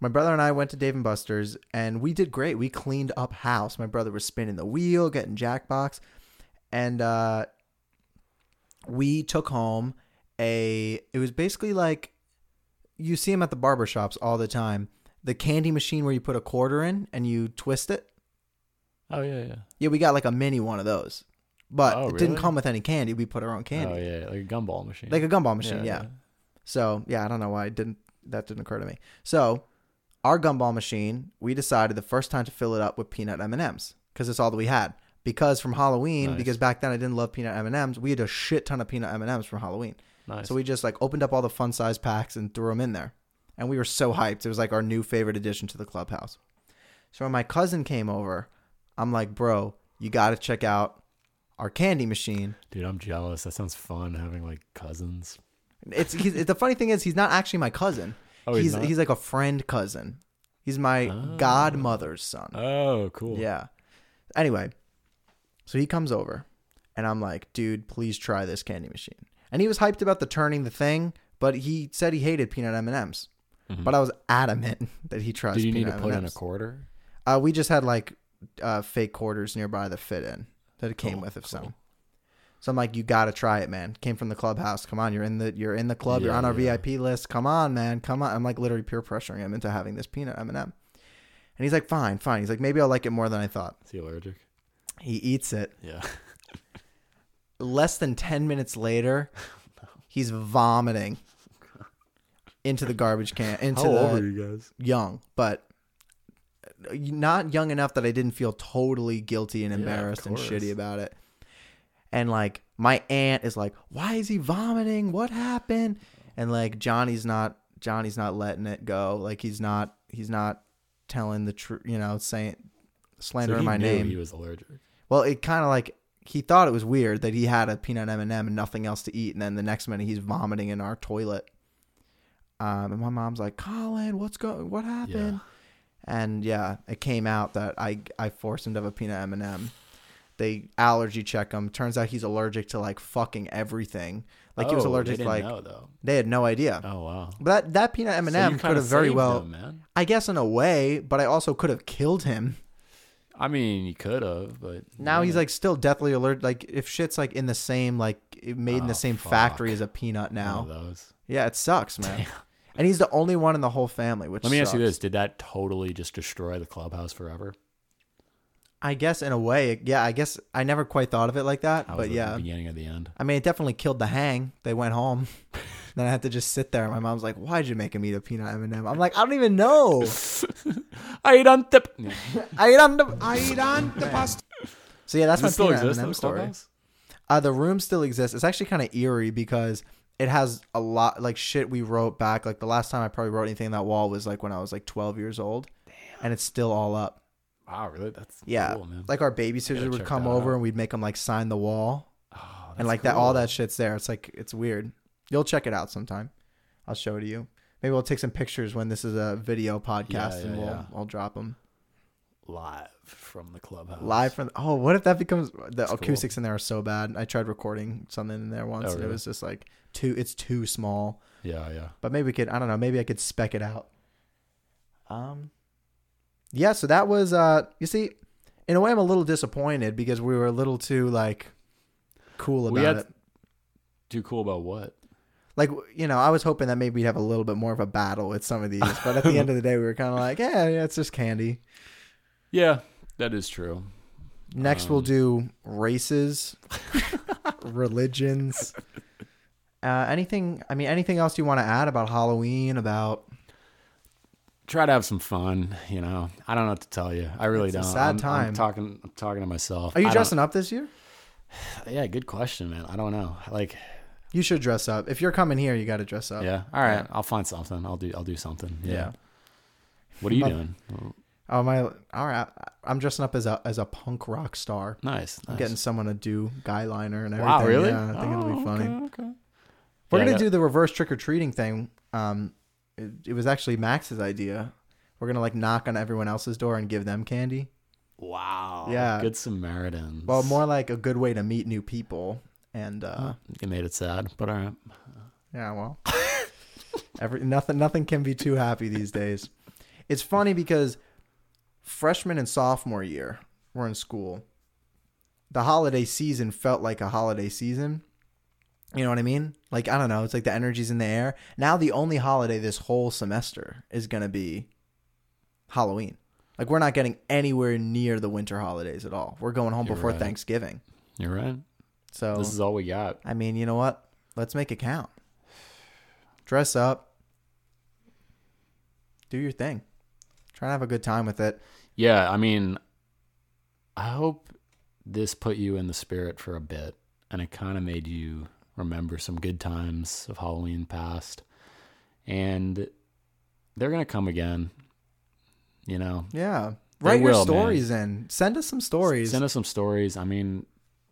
my brother and I went to Dave and Buster's and we did great. We cleaned up house. My brother was spinning the wheel, getting Jackbox, and uh, we took home a. It was basically like you see them at the barber shops all the time. The candy machine where you put a quarter in and you twist it. Oh yeah, yeah. Yeah, we got like a mini one of those, but Oh, it didn't really? come with any candy. We put our own candy. Oh yeah, like a gumball machine. like a gumball machine. Yeah, Yeah. yeah. So yeah, I don't know why it didn't that didn't occur to me. So our gumball machine, we decided the first time to fill it up with peanut M and M's because it's all that we had. Because from Halloween, Nice. because back then I didn't love peanut M and M's, we had a shit ton of peanut M and M's from Halloween. Nice. So we just like opened up all the fun size packs and threw them in there, and we were so hyped. It was like our new favorite addition to the clubhouse. So when my cousin came over, I'm like, bro, you got to check out our candy machine. Dude, I'm jealous. That sounds fun having like cousins. It's he's, the funny thing is he's not actually my cousin. Oh, he's he's not? he's, like a friend cousin. He's my godmother's son. Oh, cool. Yeah. Anyway, so he comes over, and I'm like, dude, please try this candy machine. And he was hyped about the turning the thing, but he said he hated peanut M and M's. But I was adamant *laughs* that he tries. Mm-hmm. Did you need peanut to put in a M&Ms. quarter? Uh, we just had like uh, fake quarters nearby that fit in that it came with, if so. So I'm like, you gotta try it, man. Came from the clubhouse. Come on, you're in the you're in the club. you're Yeah, on our yeah. VIP list. Come on, man. Come on. I'm like literally peer pressuring him into having this peanut M and m And he's like, fine, fine. He's like, maybe I'll like it more than I thought. Is he allergic? He eats it. *laughs* Yeah. Less than ten minutes *laughs* later, Oh, he's vomiting into the garbage can. Into How the, old are you guys? young, but not young enough that I didn't feel totally guilty and of embarrassed and course. shitty about it. And like my aunt is like, "Why is he vomiting? What happened?" And like Johnny's not Johnny's not letting it go. Like he's not he's not telling the truth, you know, saying So slandering he my knew name. He was allergic. Well, it kind of like he thought it was weird that he had a peanut M and m and nothing else to eat, and then the next minute he's vomiting in our toilet. Um, and my mom's like, "Colin, what's going? What happened?" And yeah, it came out that I I forced him to have a peanut M and m They allergy check him. Turns out he's allergic to like fucking everything. Like he was Oh, they allergic. to didn't like know, though. they had no idea. Oh wow. But that, that peanut M and So m you could kinda have very saved well, him, man. I guess, in a way. But I also could have killed him. I mean, you could have, but Now he's like still deathly alert. Like if shit's like in the same like it made in the same factory as a peanut one Oh, of now. those. Yeah, it sucks, man. And he's the only one in the whole family. Which Let me ask you sucks. this: Did that totally just destroy the clubhouse forever? I guess in a way, yeah. I guess I never quite thought of it like that, That was but the yeah. beginning of the end. I mean, it definitely killed the hang. They went home. *laughs* then I had to just sit there. My mom's like, "Why'd you make him eat a peanut M and m I'm like, "I don't even *laughs* know." I don't tip. I eat on the I eat on the pasta. So yeah, that's my Does it still peanut exist in M&M the story. clubhouse? Uh, the room still exists. It's actually kind of eerie because it has a lot like shit we wrote back. Like the last time I probably wrote anything on that wall was like when I was like 12 years old, and it's still all up. Wow, really? That's Yeah, cool, man. like our babysitters would check come that over out. and we'd make them like sign the wall, Oh, and that's like that all cool. that shit's there. It's like it's weird. You'll check it out sometime. I'll show it to you. Maybe we'll take some pictures when this is a video podcast Yeah, and yeah, we'll yeah. I'll drop them live from the clubhouse. live from. Oh, what if that becomes the cool. acoustics in there are so bad? I tried recording something in there once Oh, and it really? was just like too. It's too small. Yeah, yeah. But maybe we could I don't know, maybe I could spec it out. Um Yeah, so that was uh you see, in a way I'm a little disappointed because we were a little too like cool We about had it. Too cool about what? Like you know, I was hoping that maybe we'd have a little bit more of a battle with some of these, but at the end of the day we were kinda like, Yeah, yeah, it's just candy. Yeah, that is true. Um, *laughs* Next we'll do races, religions, Uh, anything? I mean, anything else you want to add about Halloween? About Try to have some fun, you know. I don't know what to tell you. I really a don't. sad I'm- I'm, time. talking. I'm talking to myself. are you I don't- dressing up this year? Yeah, good question, man. I don't know. Like, You should dress up. If you're coming here, you got to dress up. yeah. All right, I'll find something. I'll do. I'll do something. Yeah. Yeah. What are you doing? Oh my! All right, I'm dressing up as a as a punk rock star. Nice. nice. Getting someone to do guy liner and everything. Wow, really? Yeah, I think it'll be Oh, funny. Okay. okay. We're Yeah, gonna I do the reverse trick or treating thing. Um, it, it was actually Max's idea. We're gonna like knock on everyone else's door and give them candy. Wow. Yeah. Good Samaritans. Well, more like a good way to meet new people. And uh, You made it sad, but all right. yeah, well, *laughs* every nothing nothing can be too happy these days. It's funny because freshman and sophomore year were in school. The holiday season felt like a holiday season. You know what I mean? Like I don't know. It's like the energy's in the air. Now the only holiday this whole semester is gonna be Halloween. Like we're not getting anywhere near the winter holidays at all. We're going home before right. Thanksgiving. You're right. So This is all we got. I mean, you know what? Let's make it count. Dress up. Do your thing. Try to have a good time with it. Yeah, I mean, I hope this put you in the spirit for a bit and it kind of made you remember some good times of Halloween past. And they're going to come again, you know. Yeah. They Write your will, stories in. Send us some stories. Send us some stories. I mean,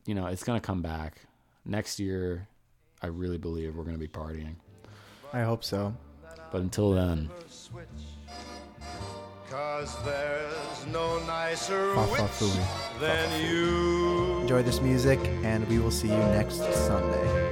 you know, it's going to come back. Next year, I really believe we're going to be partying. I hope so. But until then, switch. Cause there's no nicer Fa, fa, witch fooey. than you. Enjoy this music, and we will see you next Sunday.